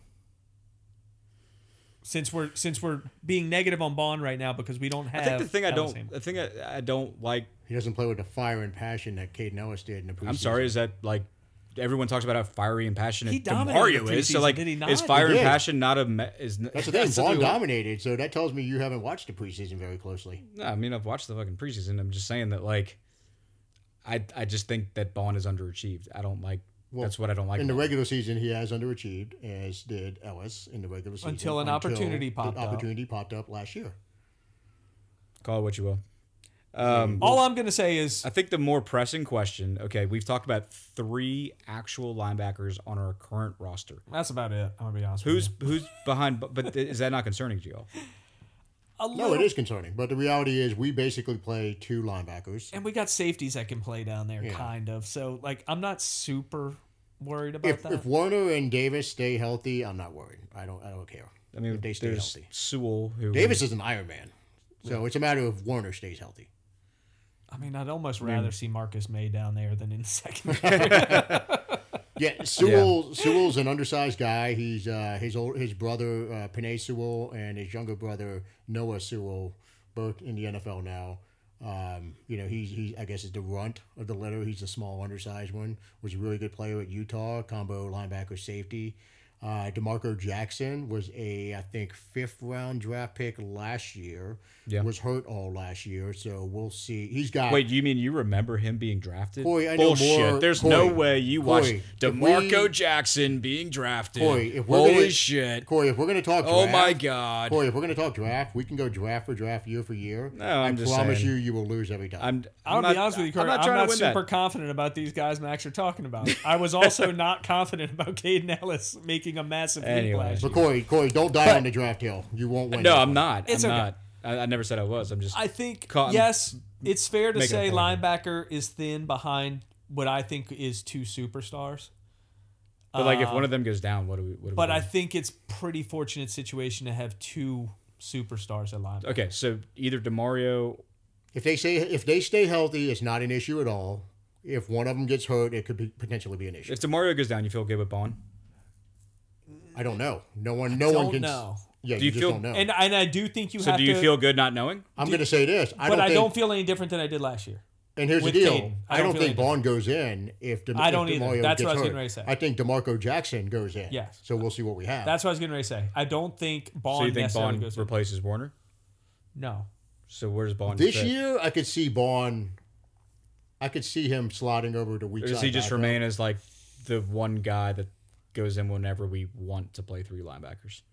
Speaker 4: since we're since we're being negative on Bond right now because we don't have.
Speaker 2: I think the thing I
Speaker 4: Ellis
Speaker 2: don't,
Speaker 4: Hamilton.
Speaker 2: the thing I, I don't like.
Speaker 3: He doesn't play with the fire and passion that Caden Ellis did in the preseason.
Speaker 2: I'm sorry, is that like everyone talks about how fiery and passionate
Speaker 4: He dominated
Speaker 2: Mario
Speaker 4: the
Speaker 2: is? So
Speaker 4: preseason,
Speaker 2: like,
Speaker 4: did he not?
Speaker 2: is
Speaker 4: He
Speaker 2: fire and
Speaker 3: did.
Speaker 2: passion not a me- is (laughs)
Speaker 3: That's the thing. Vaughn
Speaker 2: something-
Speaker 3: dominated, so that tells me you haven't watched the preseason very closely.
Speaker 2: No, I mean I've watched the fucking preseason. I'm just saying that like, I I just think that Bond is underachieved. I don't like. that's what I don't like.
Speaker 3: In the
Speaker 2: about him.
Speaker 3: regular season, he has underachieved, as did Ellis in the regular season.
Speaker 4: Until an opportunity
Speaker 3: the
Speaker 4: popped up.
Speaker 3: opportunity popped up last year.
Speaker 2: Call it what you will. Um,
Speaker 4: All I'm gonna say is
Speaker 2: I think the more pressing question. Okay, we've talked about three actual linebackers on our current roster.
Speaker 4: that's about it. I'm gonna be honest.
Speaker 2: Who's
Speaker 4: with
Speaker 2: who's behind? But is that not concerning to you? all?
Speaker 4: you. a little,
Speaker 3: No, it is concerning, but the reality is we basically play two linebackers.
Speaker 4: and we got safeties that can play down there, kind of. So like, I'm not super worried about
Speaker 3: If,
Speaker 4: that.
Speaker 3: if Warner and Davis stay healthy, I'm not worried. I don't. I don't care.
Speaker 2: I mean,
Speaker 3: if they stay
Speaker 2: there's
Speaker 3: healthy.
Speaker 2: Sewell who
Speaker 3: Davis is an Iron Man, so it's a matter of Warner stays healthy.
Speaker 4: I mean, I'd almost rather see Marcus May down there than in
Speaker 2: (laughs)
Speaker 4: the (laughs) second.
Speaker 3: Yeah, Sewell. Sewell's an undersized guy. He's uh, his old his brother uh, Panay Sewell and his younger brother Noah Sewell, both in the NFL now. Um, you know, he's he I guess is the runt of the litter. He's the small undersized one. Was a really good player at Utah, combo linebacker safety. Uh, Demarco Jackson was a I think fifth round draft pick last year.
Speaker 2: Yeah.
Speaker 3: was hurt all last year, so we'll see. He's got
Speaker 2: Wait, you mean you remember him being drafted?
Speaker 3: Corey, I know
Speaker 2: Bullshit.
Speaker 3: more-
Speaker 2: There's
Speaker 3: Corey,
Speaker 2: no way you watched
Speaker 3: Corey, if
Speaker 2: DeMarco
Speaker 3: we-
Speaker 2: Jackson being drafted.
Speaker 3: Corey. If we're
Speaker 2: Holy
Speaker 3: gonna,
Speaker 2: shit.
Speaker 3: Corey, if we're gonna talk,
Speaker 2: Oh
Speaker 3: draft,
Speaker 2: my god.
Speaker 3: Corey, if we're going to talk draft, we can go draft for draft, year for year.
Speaker 2: No, I'm
Speaker 3: I
Speaker 2: just
Speaker 3: promise
Speaker 2: saying.
Speaker 3: you, you will lose every time.
Speaker 2: I'm,
Speaker 4: i
Speaker 2: I'm
Speaker 4: will
Speaker 2: not,
Speaker 4: be honest with you, Kurt.
Speaker 2: I'm not trying to win
Speaker 4: super
Speaker 2: that.
Speaker 4: confident about these guys Max are talking about. I
Speaker 2: (laughs)
Speaker 4: was also not confident about Caden Ellis making a massive leap
Speaker 2: Anyway.
Speaker 4: last
Speaker 3: but
Speaker 4: year.
Speaker 3: Corey, Corey, don't die on the draft hill. You won't win.
Speaker 2: No,
Speaker 3: this
Speaker 2: I'm
Speaker 3: one.
Speaker 2: not.
Speaker 4: It's
Speaker 2: I'm
Speaker 4: okay.
Speaker 2: not. I, I never said I was. I'm just.
Speaker 4: I think
Speaker 2: Cotton-
Speaker 4: yes, it's fair to
Speaker 2: Make it
Speaker 4: say
Speaker 2: a point.
Speaker 4: linebacker is thin behind what I think is two superstars.
Speaker 2: but like, if one of them goes down, what do we? What do
Speaker 4: Uh, But
Speaker 2: we
Speaker 4: I
Speaker 2: do?
Speaker 4: think it's pretty fortunate situation to have two superstars at linebacker.
Speaker 2: okay, so either Demario.
Speaker 3: If they say if they stay healthy, it's not an issue at all. If one of them gets hurt, it could be, potentially be an issue.
Speaker 2: If Demario goes down, you feel good with Bond.
Speaker 3: I don't know. No one, no
Speaker 4: don't
Speaker 3: one can. s-
Speaker 4: know.
Speaker 3: Yeah,
Speaker 2: Do
Speaker 3: you,
Speaker 2: you
Speaker 3: just
Speaker 2: feel-
Speaker 3: don't know.
Speaker 4: And and I do think you
Speaker 2: So
Speaker 4: have
Speaker 2: do you
Speaker 4: to
Speaker 2: feel good not knowing?
Speaker 3: I'm going to say this. I
Speaker 4: but
Speaker 3: don't
Speaker 4: I
Speaker 3: think,
Speaker 4: don't feel any different than I did last year.
Speaker 3: And here's the
Speaker 4: with
Speaker 3: deal.
Speaker 4: Caden. I
Speaker 3: I
Speaker 4: don't
Speaker 3: don't,
Speaker 4: feel
Speaker 3: think
Speaker 4: either.
Speaker 3: Bond goes in if, De-
Speaker 4: I
Speaker 3: if
Speaker 4: don't either.
Speaker 3: DeMario
Speaker 4: That's
Speaker 3: gets
Speaker 4: what I was
Speaker 3: hurt.
Speaker 4: getting ready to say.
Speaker 3: I think DeMarco Jackson goes in.
Speaker 4: Yes.
Speaker 3: So we'll see what we have.
Speaker 4: That's what I was getting ready to say. I don't think Bond
Speaker 2: So you think
Speaker 4: necessarily
Speaker 2: Bond
Speaker 4: goes in.
Speaker 2: replaces Warner?
Speaker 4: No.
Speaker 2: So where's Bond
Speaker 3: This
Speaker 2: fit?
Speaker 3: year, I could see Bond. I could see him slotting over to weak
Speaker 2: Or
Speaker 3: side.
Speaker 2: does he just
Speaker 3: back.
Speaker 2: remain as like the one guy that goes in whenever we want to play three linebackers?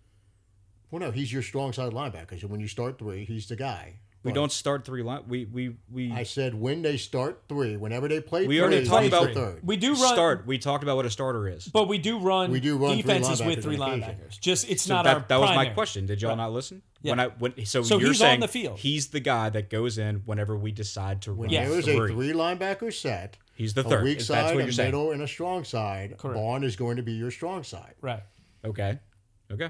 Speaker 3: Well, no, he's your strong side linebacker. So when you start three, he's the guy.
Speaker 2: We
Speaker 3: But
Speaker 2: don't start three line. We we we
Speaker 3: I said when they start three, whenever they play
Speaker 2: We
Speaker 3: three,
Speaker 2: already talked
Speaker 3: he's
Speaker 2: about-
Speaker 3: the third.
Speaker 4: We do run
Speaker 2: start. We talked about what a starter is.
Speaker 4: but we do run
Speaker 3: We do run three
Speaker 4: defenses
Speaker 3: linebackers
Speaker 4: with three
Speaker 3: on occasion.
Speaker 4: linebackers. Just it's not
Speaker 2: that,
Speaker 4: our
Speaker 2: that was my
Speaker 4: primary.
Speaker 2: question. Did y'all all
Speaker 4: Right.
Speaker 2: not listen?
Speaker 4: Yeah.
Speaker 2: When I when so,
Speaker 4: So
Speaker 2: you're
Speaker 4: he's on
Speaker 2: saying
Speaker 4: the field.
Speaker 2: he's the guy that goes in whenever we decide to run
Speaker 3: When there is
Speaker 2: three.
Speaker 3: a three linebacker set,
Speaker 2: He's the
Speaker 3: a
Speaker 2: third.
Speaker 3: weak
Speaker 2: Is-
Speaker 3: side,
Speaker 2: That's what
Speaker 3: a
Speaker 2: you're saying.
Speaker 3: middle, and a strong side.
Speaker 4: Correct.
Speaker 3: Bond is going to be your strong side.
Speaker 4: Right.
Speaker 2: Okay. Okay.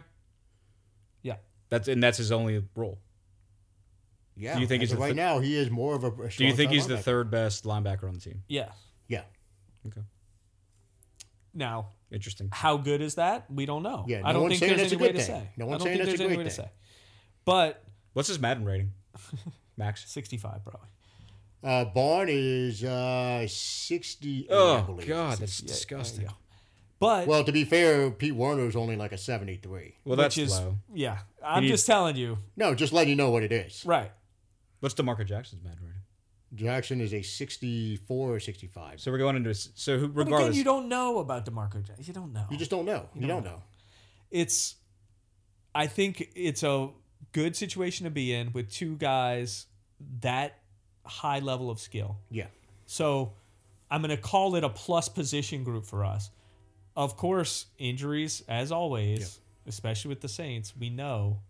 Speaker 4: Yeah.
Speaker 2: That's and that's his only role.
Speaker 3: Yeah.
Speaker 2: Do you think
Speaker 3: as
Speaker 2: he's
Speaker 3: of
Speaker 2: the
Speaker 3: right
Speaker 2: thir-
Speaker 3: now he is more of a.
Speaker 2: Do you think he's the third best linebacker on the team?
Speaker 4: Yeah.
Speaker 3: Yeah.
Speaker 2: Okay.
Speaker 4: Now,
Speaker 2: Interesting.
Speaker 4: how good is that? We don't know.
Speaker 3: Yeah,
Speaker 4: I
Speaker 3: no
Speaker 4: don't
Speaker 3: one's
Speaker 4: think
Speaker 3: saying that's
Speaker 4: there's
Speaker 3: a
Speaker 4: any way
Speaker 3: good
Speaker 4: to
Speaker 3: thing.
Speaker 4: say.
Speaker 3: No
Speaker 4: I
Speaker 3: one's
Speaker 4: don't
Speaker 3: saying
Speaker 4: think
Speaker 3: that's
Speaker 4: there's
Speaker 3: a
Speaker 4: any way
Speaker 3: great
Speaker 4: to
Speaker 3: thing.
Speaker 4: say. But (laughs)
Speaker 2: What's his Madden rating? Max.
Speaker 4: 65 probably.
Speaker 3: Uh, Bond is uh, 68, I
Speaker 2: Oh
Speaker 3: believe.
Speaker 2: God, that's
Speaker 4: Yeah,
Speaker 2: disgusting.
Speaker 4: yeah. But
Speaker 3: Well, to be fair, Pete Werner's only like a 73.
Speaker 2: Well,
Speaker 4: which
Speaker 2: that's
Speaker 4: is
Speaker 2: low.
Speaker 4: yeah, I'm
Speaker 2: need-
Speaker 4: just telling you,
Speaker 3: No, just letting you know what it is.
Speaker 4: right?
Speaker 2: What's DeMarco Jackson's bad rating?
Speaker 3: Jackson is a 64 or 65.
Speaker 2: So we're going into s- so who,
Speaker 4: But again,
Speaker 2: regardless.
Speaker 4: you don't know about Demarco. Jack- You don't know.
Speaker 3: You just don't know. You, don't know.
Speaker 4: it's I think it's a good situation to be in with two guys that high level of skill.
Speaker 3: Yeah.
Speaker 4: So I'm going to call it a plus position group for us. Of course, injuries as always, especially with the Saints, we know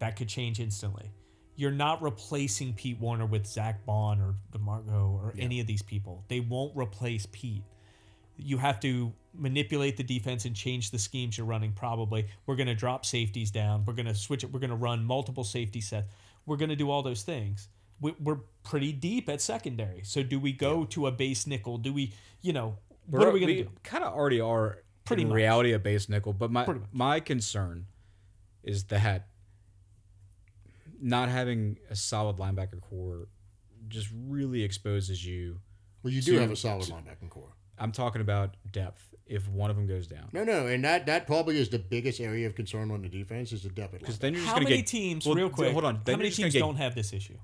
Speaker 4: that could change instantly. You're not replacing Pete Warner with Zach Bond or DeMarco or any of these people. They won't replace Pete you have to manipulate the defense and change the schemes you're running probably we're going to drop safeties down we're going to switch it we're going to run multiple safety sets we're going to do all those things we, we're pretty deep at secondary so do we go to a base nickel do we you know what are we going to do
Speaker 2: Kind of already are
Speaker 4: Pretty
Speaker 2: pretty in
Speaker 4: much.
Speaker 2: reality a base nickel, but my
Speaker 4: Pretty much.
Speaker 2: my concern is that not having a solid linebacker core just really exposes you.
Speaker 3: Well, you do
Speaker 2: To-
Speaker 3: have a solid linebacking core.
Speaker 2: I'm talking about depth. If one of them goes down,
Speaker 3: No, no, and that that probably is the biggest area of concern on the defense is the depth at
Speaker 2: because
Speaker 3: linebacker.
Speaker 2: then you're just
Speaker 4: how
Speaker 2: gonna
Speaker 4: many
Speaker 2: get
Speaker 4: teams
Speaker 2: well,
Speaker 4: real
Speaker 2: d-
Speaker 4: quick
Speaker 2: Hold on,
Speaker 4: how
Speaker 2: then
Speaker 4: many
Speaker 2: you're just
Speaker 4: teams
Speaker 2: gonna
Speaker 4: don't have this issue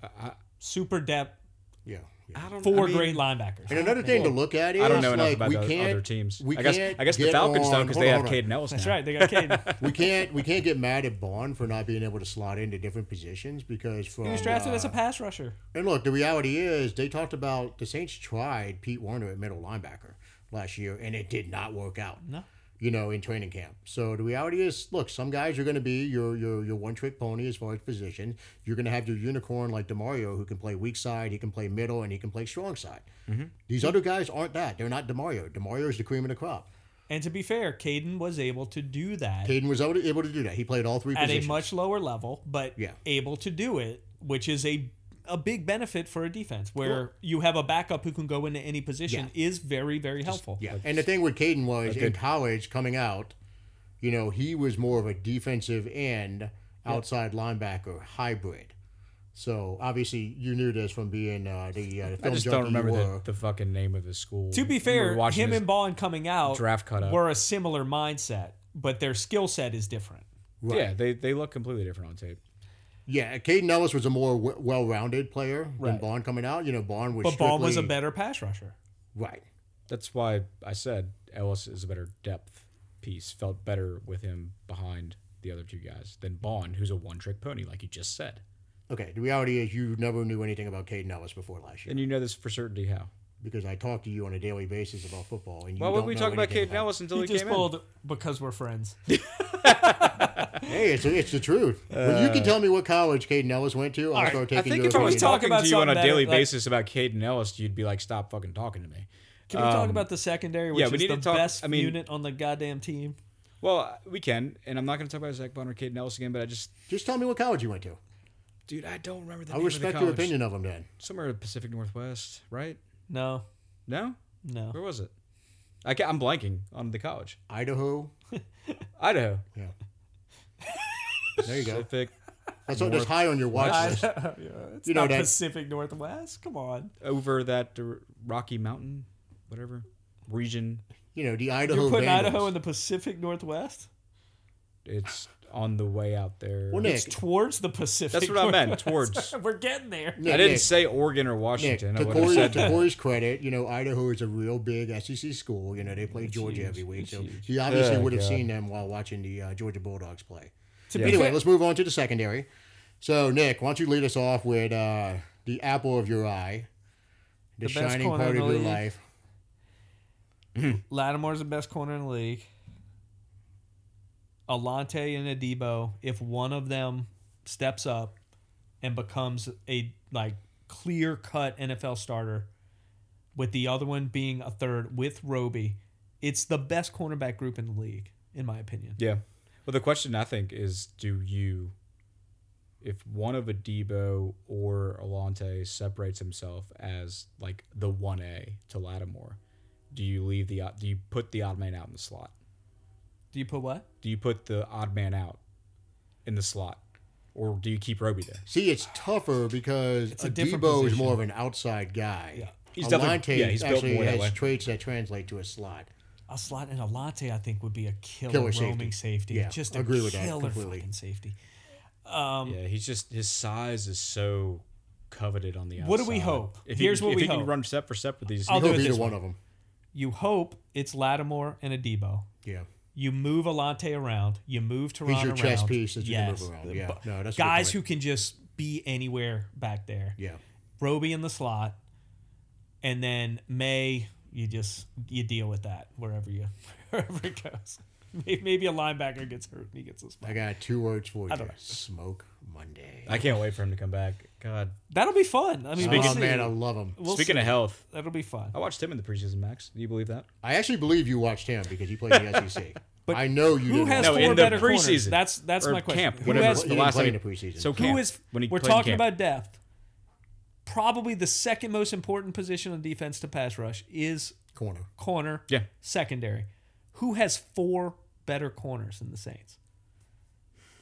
Speaker 2: get- I,
Speaker 4: super depth
Speaker 3: Yeah. yeah.
Speaker 2: I- I don't
Speaker 4: four
Speaker 2: I mean,
Speaker 4: great linebackers
Speaker 3: And another thing to look at is
Speaker 2: I don't know enough
Speaker 3: like,
Speaker 2: about
Speaker 3: we
Speaker 2: the
Speaker 3: can't,
Speaker 2: other teams.
Speaker 3: We
Speaker 2: I guess
Speaker 3: can't
Speaker 2: I guess the
Speaker 3: get
Speaker 2: Falcons don't
Speaker 3: on-
Speaker 2: because
Speaker 3: hold
Speaker 2: they
Speaker 3: on,
Speaker 2: have
Speaker 3: hold on.
Speaker 2: Caden Ellis.
Speaker 4: that's
Speaker 2: now.
Speaker 4: right they (laughs) got Caden
Speaker 3: we can't we can't get mad at Bond for not being able to slot into different positions because from
Speaker 4: he was drafted
Speaker 3: uh,
Speaker 4: as a pass rusher
Speaker 3: And look, the reality is they talked about the Saints tried Pete Warner at middle linebacker last year, and it did not work out.
Speaker 4: No.
Speaker 3: You know, in training camp. So the reality is, look, some guys are going to be your your your one trick pony as far as position. You're going to have your unicorn like Demario, who can play weak side, he can play middle, and he can play strong side.
Speaker 4: Mm-hmm.
Speaker 3: These other guys aren't that. They're not Demario. Demario is the cream of the crop.
Speaker 4: and to be fair Caden was able to do that
Speaker 3: Caden was able to, able to do that. He played all three
Speaker 4: at
Speaker 3: positions.
Speaker 4: a much lower level, but
Speaker 3: Yeah.
Speaker 4: able to do it, which is a a big benefit for a defense where you have a backup who can go into any position is very very helpful.
Speaker 3: Yeah. And the thing with Caden was in
Speaker 2: good-
Speaker 3: college coming out, you know, he was more of a defensive end, outside linebacker hybrid. So obviously you knew this from being uh, the, uh,
Speaker 2: I
Speaker 3: the film
Speaker 2: just
Speaker 3: junkie
Speaker 2: don't remember
Speaker 3: you were.
Speaker 2: the, the fucking name of his school.
Speaker 4: To be
Speaker 2: I remember
Speaker 4: fair,
Speaker 2: watching
Speaker 4: him
Speaker 2: his-
Speaker 4: and Bond coming out
Speaker 2: draft cut up.
Speaker 4: were a similar mindset, but their skill set is different.
Speaker 2: yeah, they they look completely different on tape.
Speaker 3: yeah, Caden Ellis was a more w- well-rounded player than
Speaker 4: Right.
Speaker 3: Bond coming out. You know, Bond was
Speaker 4: But Bond was a
Speaker 3: strictly-
Speaker 4: better pass rusher.
Speaker 3: right.
Speaker 2: That's why I said Ellis is a better depth piece. Felt better with him behind the other two guys than Bond, who's a one trick pony, like you just said.
Speaker 3: Okay, the reality is you never knew anything about Caden Ellis before last year
Speaker 2: And you know this for certainty how.
Speaker 3: because I talk to you on a daily basis about football and you
Speaker 2: Why
Speaker 3: don't
Speaker 2: would we
Speaker 3: know
Speaker 2: talk about
Speaker 3: anything
Speaker 2: Caden Ellis until
Speaker 4: He
Speaker 2: he,
Speaker 4: just
Speaker 2: came
Speaker 4: pulled because we're friends.
Speaker 3: Hey, it's, it's the truth. when you can tell me what college Caden Ellis went to, I'll
Speaker 2: in?
Speaker 3: start
Speaker 2: Uh. I
Speaker 3: taking
Speaker 2: think
Speaker 3: your
Speaker 2: if I was
Speaker 3: opinion.
Speaker 4: Talk
Speaker 2: talking
Speaker 4: about
Speaker 2: to you on a
Speaker 4: something
Speaker 2: daily
Speaker 4: that, like-
Speaker 2: basis about Caden Ellis, you'd be like, "Stop fucking talking to me."
Speaker 4: Can we talk about the secondary, which
Speaker 2: Um, yeah, we
Speaker 4: is
Speaker 2: need
Speaker 4: the
Speaker 2: to talk-
Speaker 4: best
Speaker 2: I mean-
Speaker 4: unit on the goddamn team?
Speaker 2: Well, we can, and I'm not going to talk about Zach Bond or Caden Ellis again. But I just,
Speaker 3: Just tell me what college you went to.
Speaker 2: dude, I don't remember the
Speaker 3: I
Speaker 2: name of
Speaker 3: respect
Speaker 2: the
Speaker 3: your
Speaker 2: college.
Speaker 3: opinion of him then.
Speaker 2: Somewhere in the Pacific Northwest, right?
Speaker 4: No,
Speaker 2: No,
Speaker 4: no.
Speaker 2: where was it? I ca I'm blanking on the college.
Speaker 3: Idaho.
Speaker 2: Idaho. (laughs)
Speaker 3: Yeah. there you go.
Speaker 2: Pacific.
Speaker 3: That's, what- that's high on your watch
Speaker 4: I-
Speaker 3: list.
Speaker 4: (laughs) yeah, it's
Speaker 3: You know
Speaker 4: not
Speaker 3: that-
Speaker 4: Pacific Northwest. Come on.
Speaker 2: over that r- Rocky Mountain, whatever region.
Speaker 3: You know, the Idaho
Speaker 4: You're putting
Speaker 3: Vandals.
Speaker 4: Idaho in the Pacific Northwest?
Speaker 2: It's on the way out there.
Speaker 3: Well,
Speaker 4: It's
Speaker 3: Nick,
Speaker 4: towards the Pacific.
Speaker 2: That's what I meant.
Speaker 4: Northwest.
Speaker 2: Towards.
Speaker 4: (laughs) We're getting there.
Speaker 3: Nick,
Speaker 2: I didn't
Speaker 3: Nick,
Speaker 2: say Oregon or
Speaker 3: Nick,
Speaker 2: Washington.
Speaker 3: to,
Speaker 2: I would have
Speaker 3: Corey's,
Speaker 2: said
Speaker 3: to
Speaker 2: that.
Speaker 3: Corey's credit, you know, Idaho is a real big SEC school. You know, they play Georgia
Speaker 4: huge.
Speaker 3: every week.
Speaker 4: It's
Speaker 3: So
Speaker 4: huge.
Speaker 3: he obviously
Speaker 2: Oh,
Speaker 3: would have
Speaker 2: God.
Speaker 3: seen them while watching the uh, Georgia Bulldogs play.
Speaker 4: To be
Speaker 3: Anyway,
Speaker 4: fair-
Speaker 3: let's move on to the secondary. So, Nick, why don't you lead us off with uh, the apple of your eye, the,
Speaker 4: The best
Speaker 3: shining
Speaker 4: corner
Speaker 3: part of
Speaker 4: in the
Speaker 3: your
Speaker 4: league.
Speaker 3: life.
Speaker 4: Lattimore's the best corner in the league. Alante and Adebo, if one of them steps up and becomes a like clear cut NFL starter, with the other one being a third with Roby, it's the best cornerback group in the league, in my opinion.
Speaker 2: Yeah. Well, the question I think is, do you, if one of Adebo or Alante separates himself as like the one A to Lattimore, do you leave the odd- do you put the odd man out in the slot?
Speaker 4: Do you put what?
Speaker 2: Do you put the odd man out in the slot or do you keep Roby there?
Speaker 3: See, it's tougher because
Speaker 4: a
Speaker 3: a
Speaker 4: different
Speaker 3: Debo is
Speaker 4: position.
Speaker 3: more of an outside guy.
Speaker 4: Yeah.
Speaker 2: He's
Speaker 3: He's
Speaker 2: definitely- yeah, he's built
Speaker 3: actually
Speaker 2: more that
Speaker 3: has
Speaker 2: way.
Speaker 3: traits that translate to a slot.
Speaker 4: A slot and a latte, I think, would be a killer,
Speaker 3: Killer safety.
Speaker 4: roaming safety.
Speaker 3: Yeah,
Speaker 4: just a
Speaker 3: agree with that
Speaker 4: killer
Speaker 3: completely.
Speaker 4: fucking safety. Um,
Speaker 2: yeah, he's just his size is so coveted on the outside.
Speaker 4: What do we hope?
Speaker 2: If he-
Speaker 4: Here's what
Speaker 2: if
Speaker 4: we
Speaker 2: he can
Speaker 4: hope.
Speaker 2: run step for step with these.
Speaker 4: I'll do
Speaker 3: He'll
Speaker 4: it
Speaker 3: be the
Speaker 4: this
Speaker 3: one of them.
Speaker 4: You hope it's Lattimore and Adebo.
Speaker 3: Yeah.
Speaker 4: You move Alante around. You move Teron
Speaker 3: He's your
Speaker 4: around.
Speaker 3: chess piece that you can move around. Yeah.
Speaker 4: Bu-
Speaker 3: No, that's a good
Speaker 4: guys
Speaker 3: point.
Speaker 4: who can just be anywhere back there.
Speaker 3: Yeah.
Speaker 4: Roby in the slot, and then May. You just you deal with that wherever you (laughs) wherever it goes. May- Maybe a linebacker gets hurt and he gets a spot.
Speaker 3: I got two words for
Speaker 4: don't
Speaker 3: you.
Speaker 4: know.
Speaker 3: Smoke Monday.
Speaker 2: I can't wait for him to come back. God.
Speaker 4: That'll be fun. I mean, we'll
Speaker 3: oh
Speaker 4: see.
Speaker 3: man, I love him.
Speaker 4: We'll
Speaker 2: Speaking
Speaker 4: see.
Speaker 2: of Oh, health,
Speaker 4: that'll be fun.
Speaker 2: I watched him in the preseason. Max, do you believe that?
Speaker 3: I actually believe you watched him because you played
Speaker 4: (laughs)
Speaker 3: in the SEC. But I know you
Speaker 4: Who
Speaker 3: didn't
Speaker 4: has
Speaker 3: watch
Speaker 2: No,
Speaker 4: four
Speaker 2: in
Speaker 3: him.
Speaker 2: the
Speaker 4: better corners?
Speaker 2: preseason.
Speaker 4: That's that's
Speaker 2: Or
Speaker 4: my question.
Speaker 2: Camp,
Speaker 4: Who
Speaker 2: whatever.
Speaker 4: has-
Speaker 3: He didn't play in the preseason.
Speaker 2: So
Speaker 3: Who
Speaker 2: camp,
Speaker 4: Who is
Speaker 2: when he
Speaker 4: we're
Speaker 2: played in
Speaker 4: talking
Speaker 2: camp.
Speaker 4: about depth? Probably the second most important position on defense to pass rush is
Speaker 3: corner?
Speaker 4: corner.
Speaker 2: Yeah.
Speaker 4: Secondary. Who has four better corners than the Saints?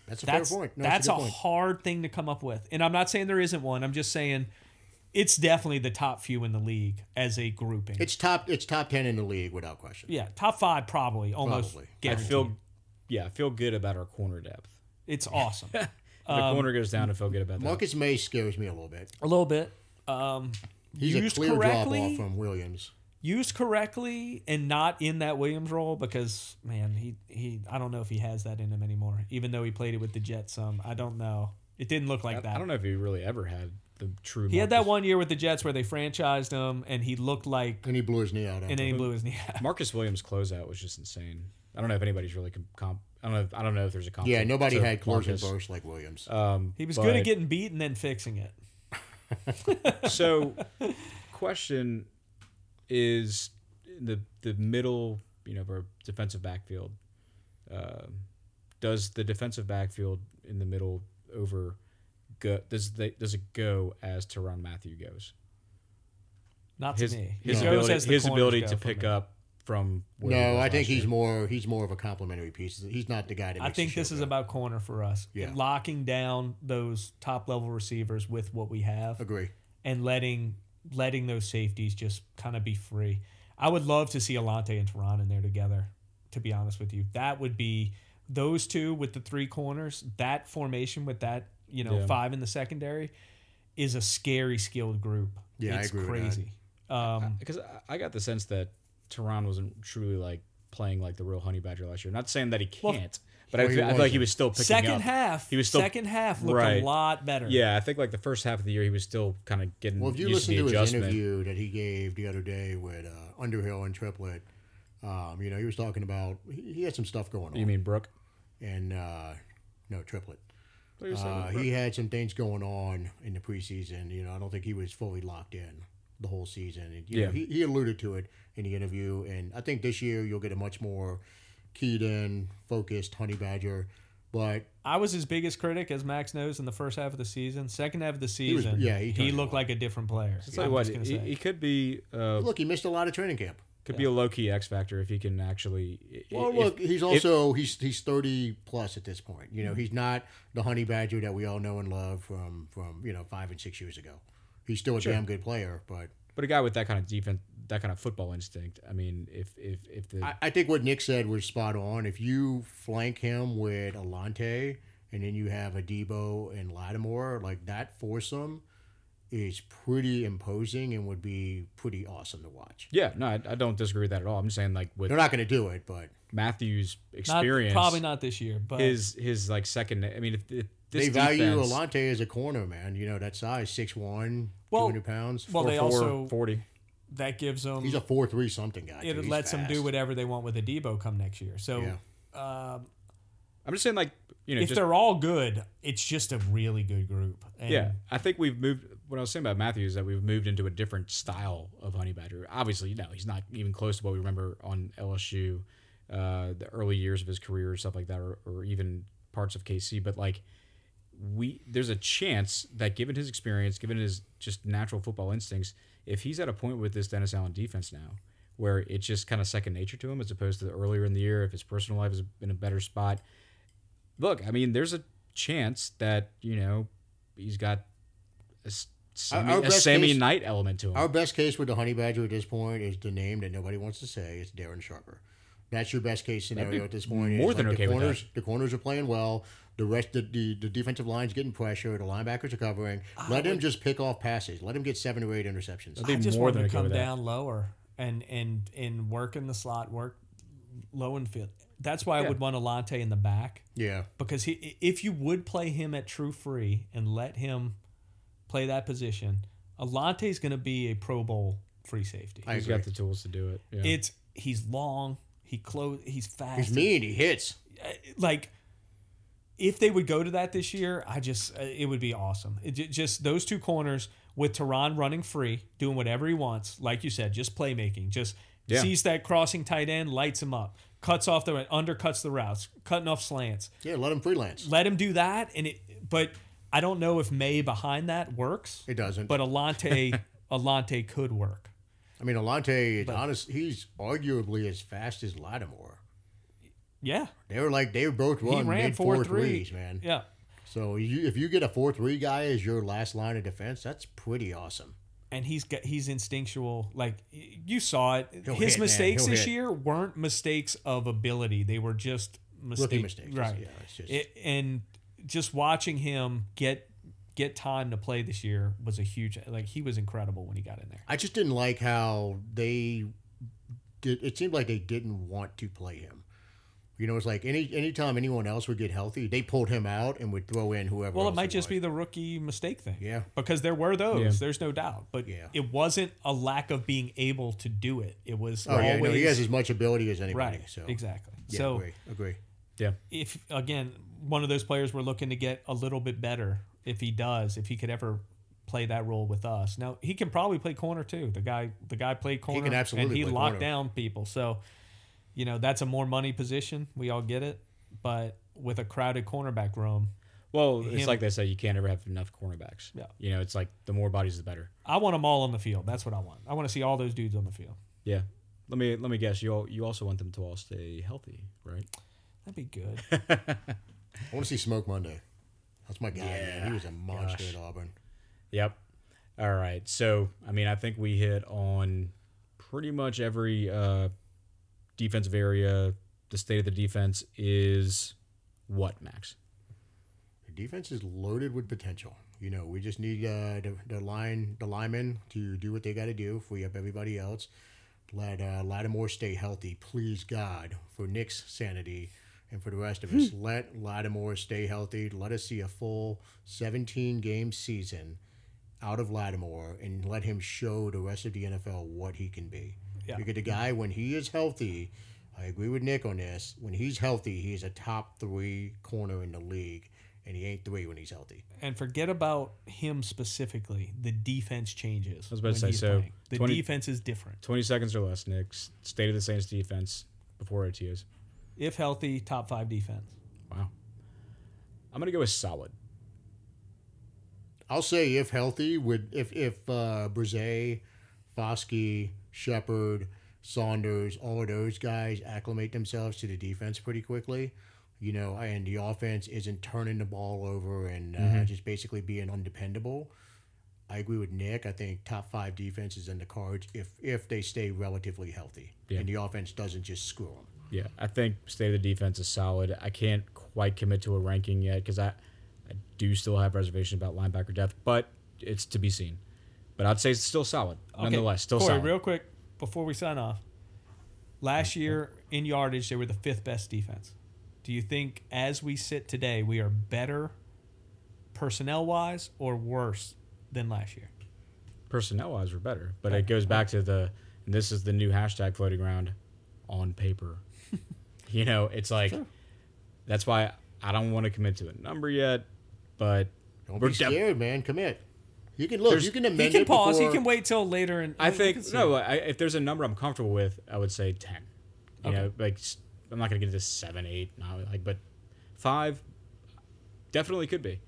Speaker 3: That's a
Speaker 4: That's
Speaker 3: fair point. No,
Speaker 4: that's a,
Speaker 3: good point.
Speaker 4: hard thing to come up with. And I'm not saying there isn't one. I'm just saying it's definitely the top few in the league as a grouping.
Speaker 3: It's top. It's top ten in the league without question.
Speaker 4: yeah, top five probably almost.
Speaker 3: Probably. I
Speaker 2: I
Speaker 4: guaranteed.
Speaker 2: feel, yeah, I feel good about our corner depth.
Speaker 4: it's
Speaker 2: (laughs)
Speaker 4: awesome.
Speaker 2: If
Speaker 4: Um,
Speaker 2: the corner goes down, I feel good about that.
Speaker 3: Marcus May scares me a little bit.
Speaker 4: a little bit. Um,
Speaker 3: He's
Speaker 4: used
Speaker 3: a clear
Speaker 4: correctly,
Speaker 3: drop off from Williams.
Speaker 4: used correctly, and not in that Williams role because man, he he I don't know if he has that in him anymore. Even though he played it with the Jets, some I don't know. It didn't look like that.
Speaker 2: I don't know if he really ever had the true.
Speaker 4: He had
Speaker 2: Marcus-
Speaker 4: that one year with the Jets where they franchised him, and he looked like
Speaker 3: And he blew his knee out.
Speaker 4: and then he blew (laughs) his knee. out.
Speaker 2: Marcus Williams closeout was just insane. I don't know if anybody's really com- comp. I don't know. If, I don't know if there's a comp.
Speaker 3: yeah, nobody had closing
Speaker 2: Marcus.
Speaker 3: bursts like Williams.
Speaker 2: Um,
Speaker 4: He was
Speaker 2: but-
Speaker 4: good at getting beat and then fixing it.
Speaker 2: So, question is the the middle, you know, of our defensive backfield. Um, does the defensive backfield in the middle over go? Does they does it go as Teron Matthew goes?
Speaker 4: Not
Speaker 2: His
Speaker 4: to me. He
Speaker 2: his
Speaker 4: goes
Speaker 2: ability,
Speaker 4: as the
Speaker 2: his
Speaker 4: corners
Speaker 2: ability
Speaker 4: go
Speaker 2: to
Speaker 4: for
Speaker 2: pick
Speaker 4: me.
Speaker 2: up from. where he
Speaker 3: no,
Speaker 2: was
Speaker 3: I think
Speaker 2: last year.
Speaker 3: he's more. He's more of a complimentary piece. He's not the guy that.
Speaker 4: I
Speaker 3: makes the
Speaker 4: think
Speaker 3: show
Speaker 4: this is
Speaker 3: go.
Speaker 4: about corner for us.
Speaker 3: Yeah.
Speaker 4: Locking down those top level receivers with what we have.
Speaker 3: Agree.
Speaker 4: and letting letting those safeties just kind of be free. I would love to see Alante and Teron in there together. To be honest with you, that would be those two with the three corners. That formation with that you know
Speaker 2: Yeah.
Speaker 4: five in the secondary is a scary skilled group.
Speaker 3: Yeah, I
Speaker 4: it's
Speaker 3: agree with that.
Speaker 4: crazy. Um,
Speaker 2: because I- I got the sense that Tehran wasn't truly like playing like the real honey badger last year. Not saying that he can't, but I,
Speaker 3: Well, he
Speaker 2: feel, I feel like he
Speaker 3: wasn't.
Speaker 2: was still picking
Speaker 4: second
Speaker 2: up.
Speaker 4: half,
Speaker 2: He was still
Speaker 4: second half looked
Speaker 2: right.
Speaker 4: a lot better.
Speaker 2: Yeah, I think like the first half of the year he was still kind of getting
Speaker 3: Well, if you
Speaker 2: used
Speaker 3: listen
Speaker 2: to
Speaker 3: to
Speaker 2: the
Speaker 3: his
Speaker 2: adjustment.
Speaker 3: interview that he gave the other day with uh, Underhill and Triplet, um, you know, he was talking about he he had some stuff going on.
Speaker 2: You mean Brooke?
Speaker 3: and uh, no Triplet.
Speaker 2: What are you saying,
Speaker 3: Uh, he had some things going on in the preseason. You know, I don't think he was fully locked in the whole season. And, you
Speaker 2: Yeah.
Speaker 3: know, he, he alluded to it in the interview. And I think this year you'll get a much more keyed in, focused Honey Badger. But
Speaker 4: I was his biggest critic, as Max knows, in the first half of the season. Second half of the
Speaker 3: was-
Speaker 4: season,
Speaker 3: yeah, he
Speaker 4: he,
Speaker 3: turned it
Speaker 4: looked
Speaker 3: on.
Speaker 4: like a different player.
Speaker 2: I'll tell you
Speaker 4: I'm
Speaker 2: what,
Speaker 4: just gonna
Speaker 2: he,
Speaker 4: say.
Speaker 2: he could be uh,
Speaker 3: look, he missed a lot of training camp.
Speaker 2: could be a low key X factor if he can actually. i-
Speaker 3: Well,
Speaker 2: if-
Speaker 3: look,
Speaker 2: if-
Speaker 3: he's also he's he's thirty plus at this point. You know, he's not the honey badger that we all know and love from from you know five and six years ago. He's still a damn good player, but
Speaker 2: but a guy with that kind of defense, that kind of football instinct. I mean, if if if the
Speaker 3: I, I think what Nick said was spot on. If you flank him with Alante and then you have Adebo and Lattimore, like that foursome is pretty imposing and would be pretty awesome to watch.
Speaker 2: yeah, no, I, I don't disagree with that at all. I'm just saying like with
Speaker 3: They're not going to do it, but
Speaker 2: Matthews'
Speaker 4: Not-
Speaker 2: experience,
Speaker 4: probably not this year, but
Speaker 2: his his like second. I mean, if, if this
Speaker 3: they value
Speaker 2: defense,
Speaker 3: Alante as a corner man. You know that size, 6'1",
Speaker 4: Well-
Speaker 3: 200 pounds.
Speaker 4: well, they
Speaker 2: four,
Speaker 4: also
Speaker 2: forty.
Speaker 4: that gives them
Speaker 3: He's a four three something guy.
Speaker 4: it
Speaker 3: dude. He's
Speaker 4: lets them do
Speaker 3: fast.
Speaker 4: whatever they want with Adebo come next year. So
Speaker 3: Yeah.
Speaker 2: I'm just saying, like you know,
Speaker 4: if
Speaker 2: just
Speaker 4: they're all good, it's just a really good group. And
Speaker 2: yeah. I think we've moved. What I was saying about Matthews is that we've moved into a different style of honey badger. Obviously, no, he's not even close to what we remember on LSU, uh, the early years of his career, or stuff like that, or, or even parts of KC. But like we, there's a chance that given his experience, given his just natural football instincts, if he's at a point with this Dennis Allen defense now. Where it's just kind of second nature to him, as opposed to earlier in the year, if his personal life is in a better spot, look, I mean, there's a chance that you know he's got a, s- Sammy,
Speaker 3: our
Speaker 2: a
Speaker 3: best
Speaker 2: Sammy
Speaker 3: case-
Speaker 2: Knight element to him.
Speaker 3: Our best case with the honey badger at this point is the name that nobody wants to say. It's Darren Sharper. That's your best case
Speaker 2: That'd
Speaker 3: scenario
Speaker 2: be
Speaker 3: at this point.
Speaker 2: more
Speaker 3: It's
Speaker 2: than okay
Speaker 3: the
Speaker 2: with
Speaker 3: corners, The corners are playing well. The rest, the, the the defensive line's getting pressure. The linebackers are covering.
Speaker 2: Ah,
Speaker 3: Let him just pick off passes. Let him get seven or eight interceptions.
Speaker 2: That'd be
Speaker 4: I just
Speaker 2: more
Speaker 4: want
Speaker 2: than
Speaker 4: to
Speaker 2: okay
Speaker 4: come
Speaker 2: with that.
Speaker 4: down lower and and and work in the slot, work low and field. That's why I
Speaker 2: Yeah.
Speaker 4: would want a latte in the back
Speaker 3: Yeah,
Speaker 4: because he, if you would play him at true free and let him play that position, Alante is going to be a Pro Bowl free safety.
Speaker 3: I
Speaker 2: He's
Speaker 3: agree.
Speaker 2: got the tools to do it. Yeah.
Speaker 4: It's he's long, he close, he's fast,
Speaker 3: He's mean. He hits.
Speaker 4: like if they would go to that this year, I just uh, it would be awesome. It, ju- just those two corners with Tehran running free, doing whatever he wants, like you said, just playmaking, just
Speaker 2: Yeah.
Speaker 4: sees that crossing tight end, lights him up, cuts off the undercuts the routes, cutting off slants.
Speaker 3: Yeah, let him freelance.
Speaker 4: Let him do that, and it. But I don't know if May behind that works.
Speaker 3: It doesn't.
Speaker 4: But Alante, (laughs) Alante could work.
Speaker 3: I mean, Alante is honest. He's arguably as fast as Lattimore.
Speaker 4: Yeah,
Speaker 3: They were like they both
Speaker 4: he
Speaker 3: run
Speaker 4: ran
Speaker 3: mid
Speaker 4: four
Speaker 3: four
Speaker 4: three.
Speaker 3: threes, man.
Speaker 4: Yeah,
Speaker 3: So you, if you get a four three guy as your last line of defense, that's pretty awesome.
Speaker 4: and he's got he's instinctual. Like y- you saw it,
Speaker 3: He'll
Speaker 4: his
Speaker 3: hit, man.
Speaker 4: mistakes
Speaker 3: He'll
Speaker 4: this
Speaker 3: hit.
Speaker 4: year weren't mistakes of ability; they were just mistakes,
Speaker 3: Rookie mistakes,
Speaker 4: right?
Speaker 3: yeah, it's just-
Speaker 4: It- and just watching him get get time to play this year was a huge. Like he was incredible when he got in there.
Speaker 3: I just didn't like how they did. It seemed like they didn't want to play him. You know, it's like any anytime anyone else would get healthy, they pulled him out and would throw in whoever.
Speaker 4: Well, it
Speaker 3: else
Speaker 4: might
Speaker 3: they
Speaker 4: just be
Speaker 3: wanted.
Speaker 4: the rookie mistake thing.
Speaker 3: Yeah.
Speaker 4: Because there were those,
Speaker 2: Yeah.
Speaker 4: there's no doubt. But
Speaker 3: Yeah.
Speaker 4: it wasn't a lack of being able to do it. It was
Speaker 3: Oh yeah, no,
Speaker 4: always
Speaker 3: he has as much ability as anybody.
Speaker 4: right.
Speaker 3: So
Speaker 4: Exactly.
Speaker 3: Yeah,
Speaker 4: so
Speaker 3: agree, agree.
Speaker 2: yeah.
Speaker 4: if again one of those players we're looking to get a little bit better if he does if he could ever play that role with us now he can probably play corner too the guy the guy played corner and
Speaker 3: absolutely
Speaker 4: he
Speaker 3: play
Speaker 4: locked
Speaker 3: corner.
Speaker 4: down people so you know that's a more money position we all get it but with a crowded cornerback room
Speaker 2: Well, it's
Speaker 4: Him-
Speaker 2: like they say, you can't ever have enough cornerbacks.
Speaker 4: Yeah.
Speaker 2: You know, it's like the more bodies, the better.
Speaker 4: i want them all on the field that's what i want i want to see all those dudes on the field
Speaker 2: Yeah. Let me let me guess. You all, you also want them to all stay healthy, right?
Speaker 4: that'd be good
Speaker 3: I want to see Smoke Monday. That's my guy. man. He was a monster at Auburn.
Speaker 2: Yep. All right. So, I mean, I think we hit on pretty much every uh, defensive area. The state of the defense is what, Max?
Speaker 3: The defense is loaded with potential. You know, we just need uh, the, the line, the linemen to do what they got to do. Free up everybody else. Let uh, Lattimore stay healthy, please God, for Nick's sanity and for the rest of us. Let Lattimore stay healthy. Let us see a full 17 game season out of Lattimore and let him show the rest of the NFL what he can be.
Speaker 4: Yeah.
Speaker 3: Because the guy, when he is healthy, I agree with Nick on this. When he's healthy, he's a top three corner in the league, and he ain't three when he's healthy.
Speaker 4: and forget about him specifically the defense changes i
Speaker 2: was about to say, so
Speaker 4: the
Speaker 2: 20
Speaker 4: defense is different
Speaker 2: 20 seconds or less, Nick. S- State of the Saints defense before OTAs.
Speaker 4: if healthy top five defense
Speaker 2: Wow. I'm going to go with solid.
Speaker 3: I'll say if healthy, would if if uh, Brise, Foskey, Shepard, Saunders, all of those guys acclimate themselves to the defense pretty quickly, you know, and the offense isn't turning the ball over and uh,
Speaker 2: Mm-hmm.
Speaker 3: just basically being undependable. I agree with Nick. I think top five defense is in the cards if if they stay relatively healthy
Speaker 2: Yeah.
Speaker 3: and the offense doesn't just screw them.
Speaker 2: Yeah, I think state of the defense is solid. I can't quite commit to a ranking yet because I, I do still have reservations about linebacker depth, but it's to be seen. But I'd say it's still solid, nonetheless. Still
Speaker 4: Corey,
Speaker 2: solid. Mm-hmm.
Speaker 4: real quick before we sign off. Last year in yardage, they were the fifth best defense. Do you think, as we sit today, we are better personnel wise or worse than last year?
Speaker 2: Personnel wise, we're better, but it goes back to the. And this is the new hashtag floating around, on
Speaker 4: (laughs)
Speaker 2: paper. you know, it's like, that's why I don't want to commit to a number yet, but
Speaker 3: Don't
Speaker 2: we're
Speaker 3: be
Speaker 2: def-
Speaker 3: scared, man. Commit. You can look.
Speaker 2: There's-
Speaker 3: you can amend
Speaker 4: He can
Speaker 3: it
Speaker 4: pause.
Speaker 3: Before,
Speaker 4: He can wait till later. And
Speaker 2: I
Speaker 4: we can
Speaker 2: think
Speaker 4: see.
Speaker 2: no. I, if there's a number I'm comfortable with, I would say ten. You
Speaker 4: Okay.
Speaker 2: know, like s- I'm not gonna get into seven, eight, nine, like, but five definitely could be.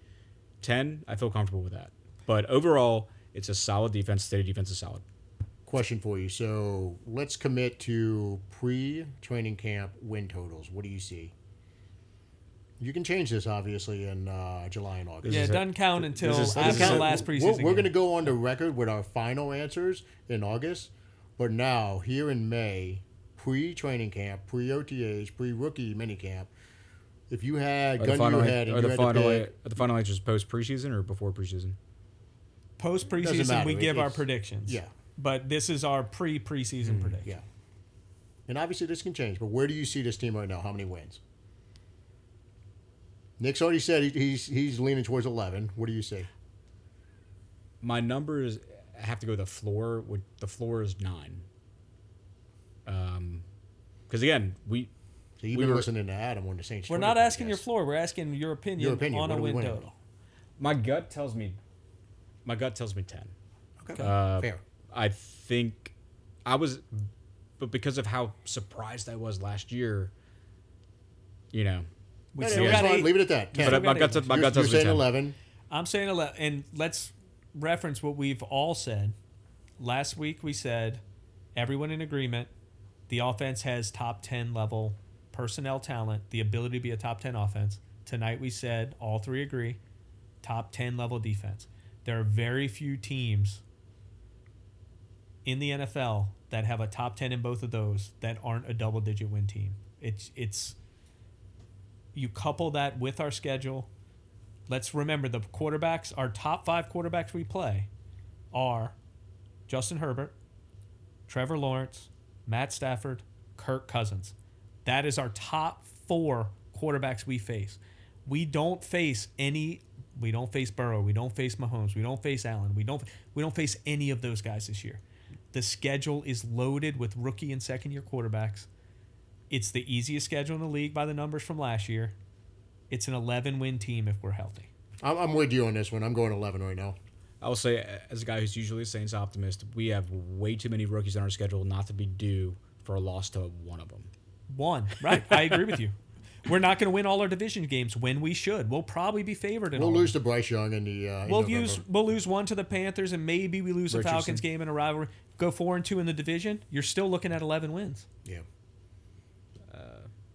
Speaker 2: Ten, I feel comfortable with that. But overall, it's a solid defense. State of defense is solid.
Speaker 3: Question for you. So let's commit to pre training camp win totals. What do you see? You can change this obviously in uh, July and August.
Speaker 4: Yeah, it
Speaker 2: is it.
Speaker 4: doesn't count until
Speaker 2: This is-
Speaker 4: after
Speaker 2: this is
Speaker 4: the
Speaker 2: it.
Speaker 4: last
Speaker 3: We're-
Speaker 4: preseason.
Speaker 3: We're, going to
Speaker 4: game.
Speaker 3: go on the record with our final answers in August, but now here in May, pre-training camp, pre-OTAs, pre-rookie minicamp, if you had
Speaker 2: Are
Speaker 3: gun
Speaker 2: the
Speaker 3: to your
Speaker 2: final,
Speaker 3: head and
Speaker 2: are
Speaker 3: you
Speaker 2: the
Speaker 3: had
Speaker 2: final,
Speaker 3: to pick,
Speaker 2: are the final answers post preseason or before preseason?
Speaker 4: post
Speaker 3: Doesn't
Speaker 4: preseason
Speaker 3: matter.
Speaker 4: we
Speaker 3: It-
Speaker 4: give our
Speaker 3: it's-
Speaker 4: predictions.
Speaker 3: yeah.
Speaker 4: But this is our pre
Speaker 2: Hmm,
Speaker 4: preseason prediction.
Speaker 3: yeah. And obviously this can change, but where do you see this team right now? How many wins? Nick's already said he, he's he's leaning towards eleven. What do you say?
Speaker 2: My numbers have to go the floor. Would the floor is nine? Um, because again, we
Speaker 3: So you've
Speaker 2: We
Speaker 3: been
Speaker 2: were-
Speaker 3: listening to Adam on the Saints.
Speaker 4: We're
Speaker 3: Twitter
Speaker 4: not asking
Speaker 3: podcast.
Speaker 4: your floor. We're asking your opinion,
Speaker 3: Your opinion.
Speaker 4: on
Speaker 3: What
Speaker 4: a
Speaker 3: are we
Speaker 4: win
Speaker 3: winning?
Speaker 4: total.
Speaker 2: my gut tells me, my gut tells me ten.
Speaker 3: Okay.
Speaker 2: Uh,
Speaker 3: Fair.
Speaker 2: I think I was, but because of how surprised I was last year, you know.
Speaker 4: We
Speaker 3: No, no,
Speaker 4: still
Speaker 3: no, it's
Speaker 4: got
Speaker 3: fine.
Speaker 4: eight.
Speaker 3: Leave it at that. 10.
Speaker 2: But I- my
Speaker 4: got
Speaker 2: gut,
Speaker 4: eight
Speaker 2: my
Speaker 3: You're-
Speaker 2: gut tells me
Speaker 3: you're saying
Speaker 2: ten.
Speaker 3: 11.
Speaker 4: I'm saying 11. And let's reference what we've all said. Last week we said everyone in agreement the offense has top 10 level personnel talent, the ability to be a top 10 offense. Tonight we said all three agree top 10 level defense. There are very few teams in the NFL that have a top 10 in both of those that aren't a double digit win team. It's it's you couple that with our schedule let's remember the quarterbacks, our top five quarterbacks we play are Justin Herbert, Trevor Lawrence, Matt Stafford, Kirk Cousins. That is our top four quarterbacks we face. We don't face any we don't face Burrow, we don't face Mahomes, we don't face Allen, we don't we don't face any of those guys this year. The schedule is loaded with rookie and second year quarterbacks. It's the easiest schedule in the league by the numbers from last year. It's an 11 win team if we're healthy.
Speaker 3: I'm, I'm with you on this one. I'm going 11 right now.
Speaker 2: I will say, as a guy who's usually a Saints optimist, we have way too many rookies on our schedule not to be due for a loss to one of them.
Speaker 4: One. Right. I agree with you. We're not going to win all our division games when we should. We'll probably be favored in
Speaker 3: We'll
Speaker 4: all.
Speaker 3: lose to Bryce Young in the. Uh, in
Speaker 4: we'll
Speaker 3: November.
Speaker 4: use we'll lose one to the Panthers and maybe we lose the
Speaker 2: Richardson.
Speaker 4: Falcons game in a rivalry. Go 4 and 2 in the division, you're still looking at 11 wins.
Speaker 3: Yeah.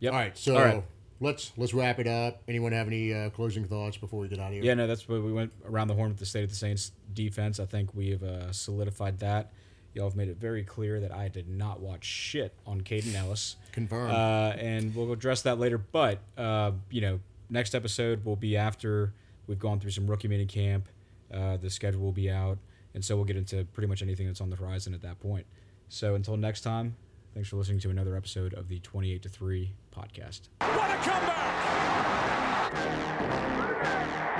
Speaker 2: Yep.
Speaker 3: All right. So
Speaker 2: All right.
Speaker 3: let's let's wrap it up. Anyone have any uh, closing thoughts before we get out of here?
Speaker 2: Yeah, no, that's what we went around the horn with the state of the Saints defense. I think we have uh, solidified that. Y'all have made it very clear that I did not watch shit on Caden Ellis.
Speaker 3: Confirmed.
Speaker 2: Uh, and we'll address that later. But, uh, you know, next episode will be after we've gone through some rookie mini camp. Uh, the schedule will be out. And so we'll get into pretty much anything that's on the horizon at that point. So until next time, thanks for listening to another episode of the 28 to 3 podcast.
Speaker 1: What a comeback!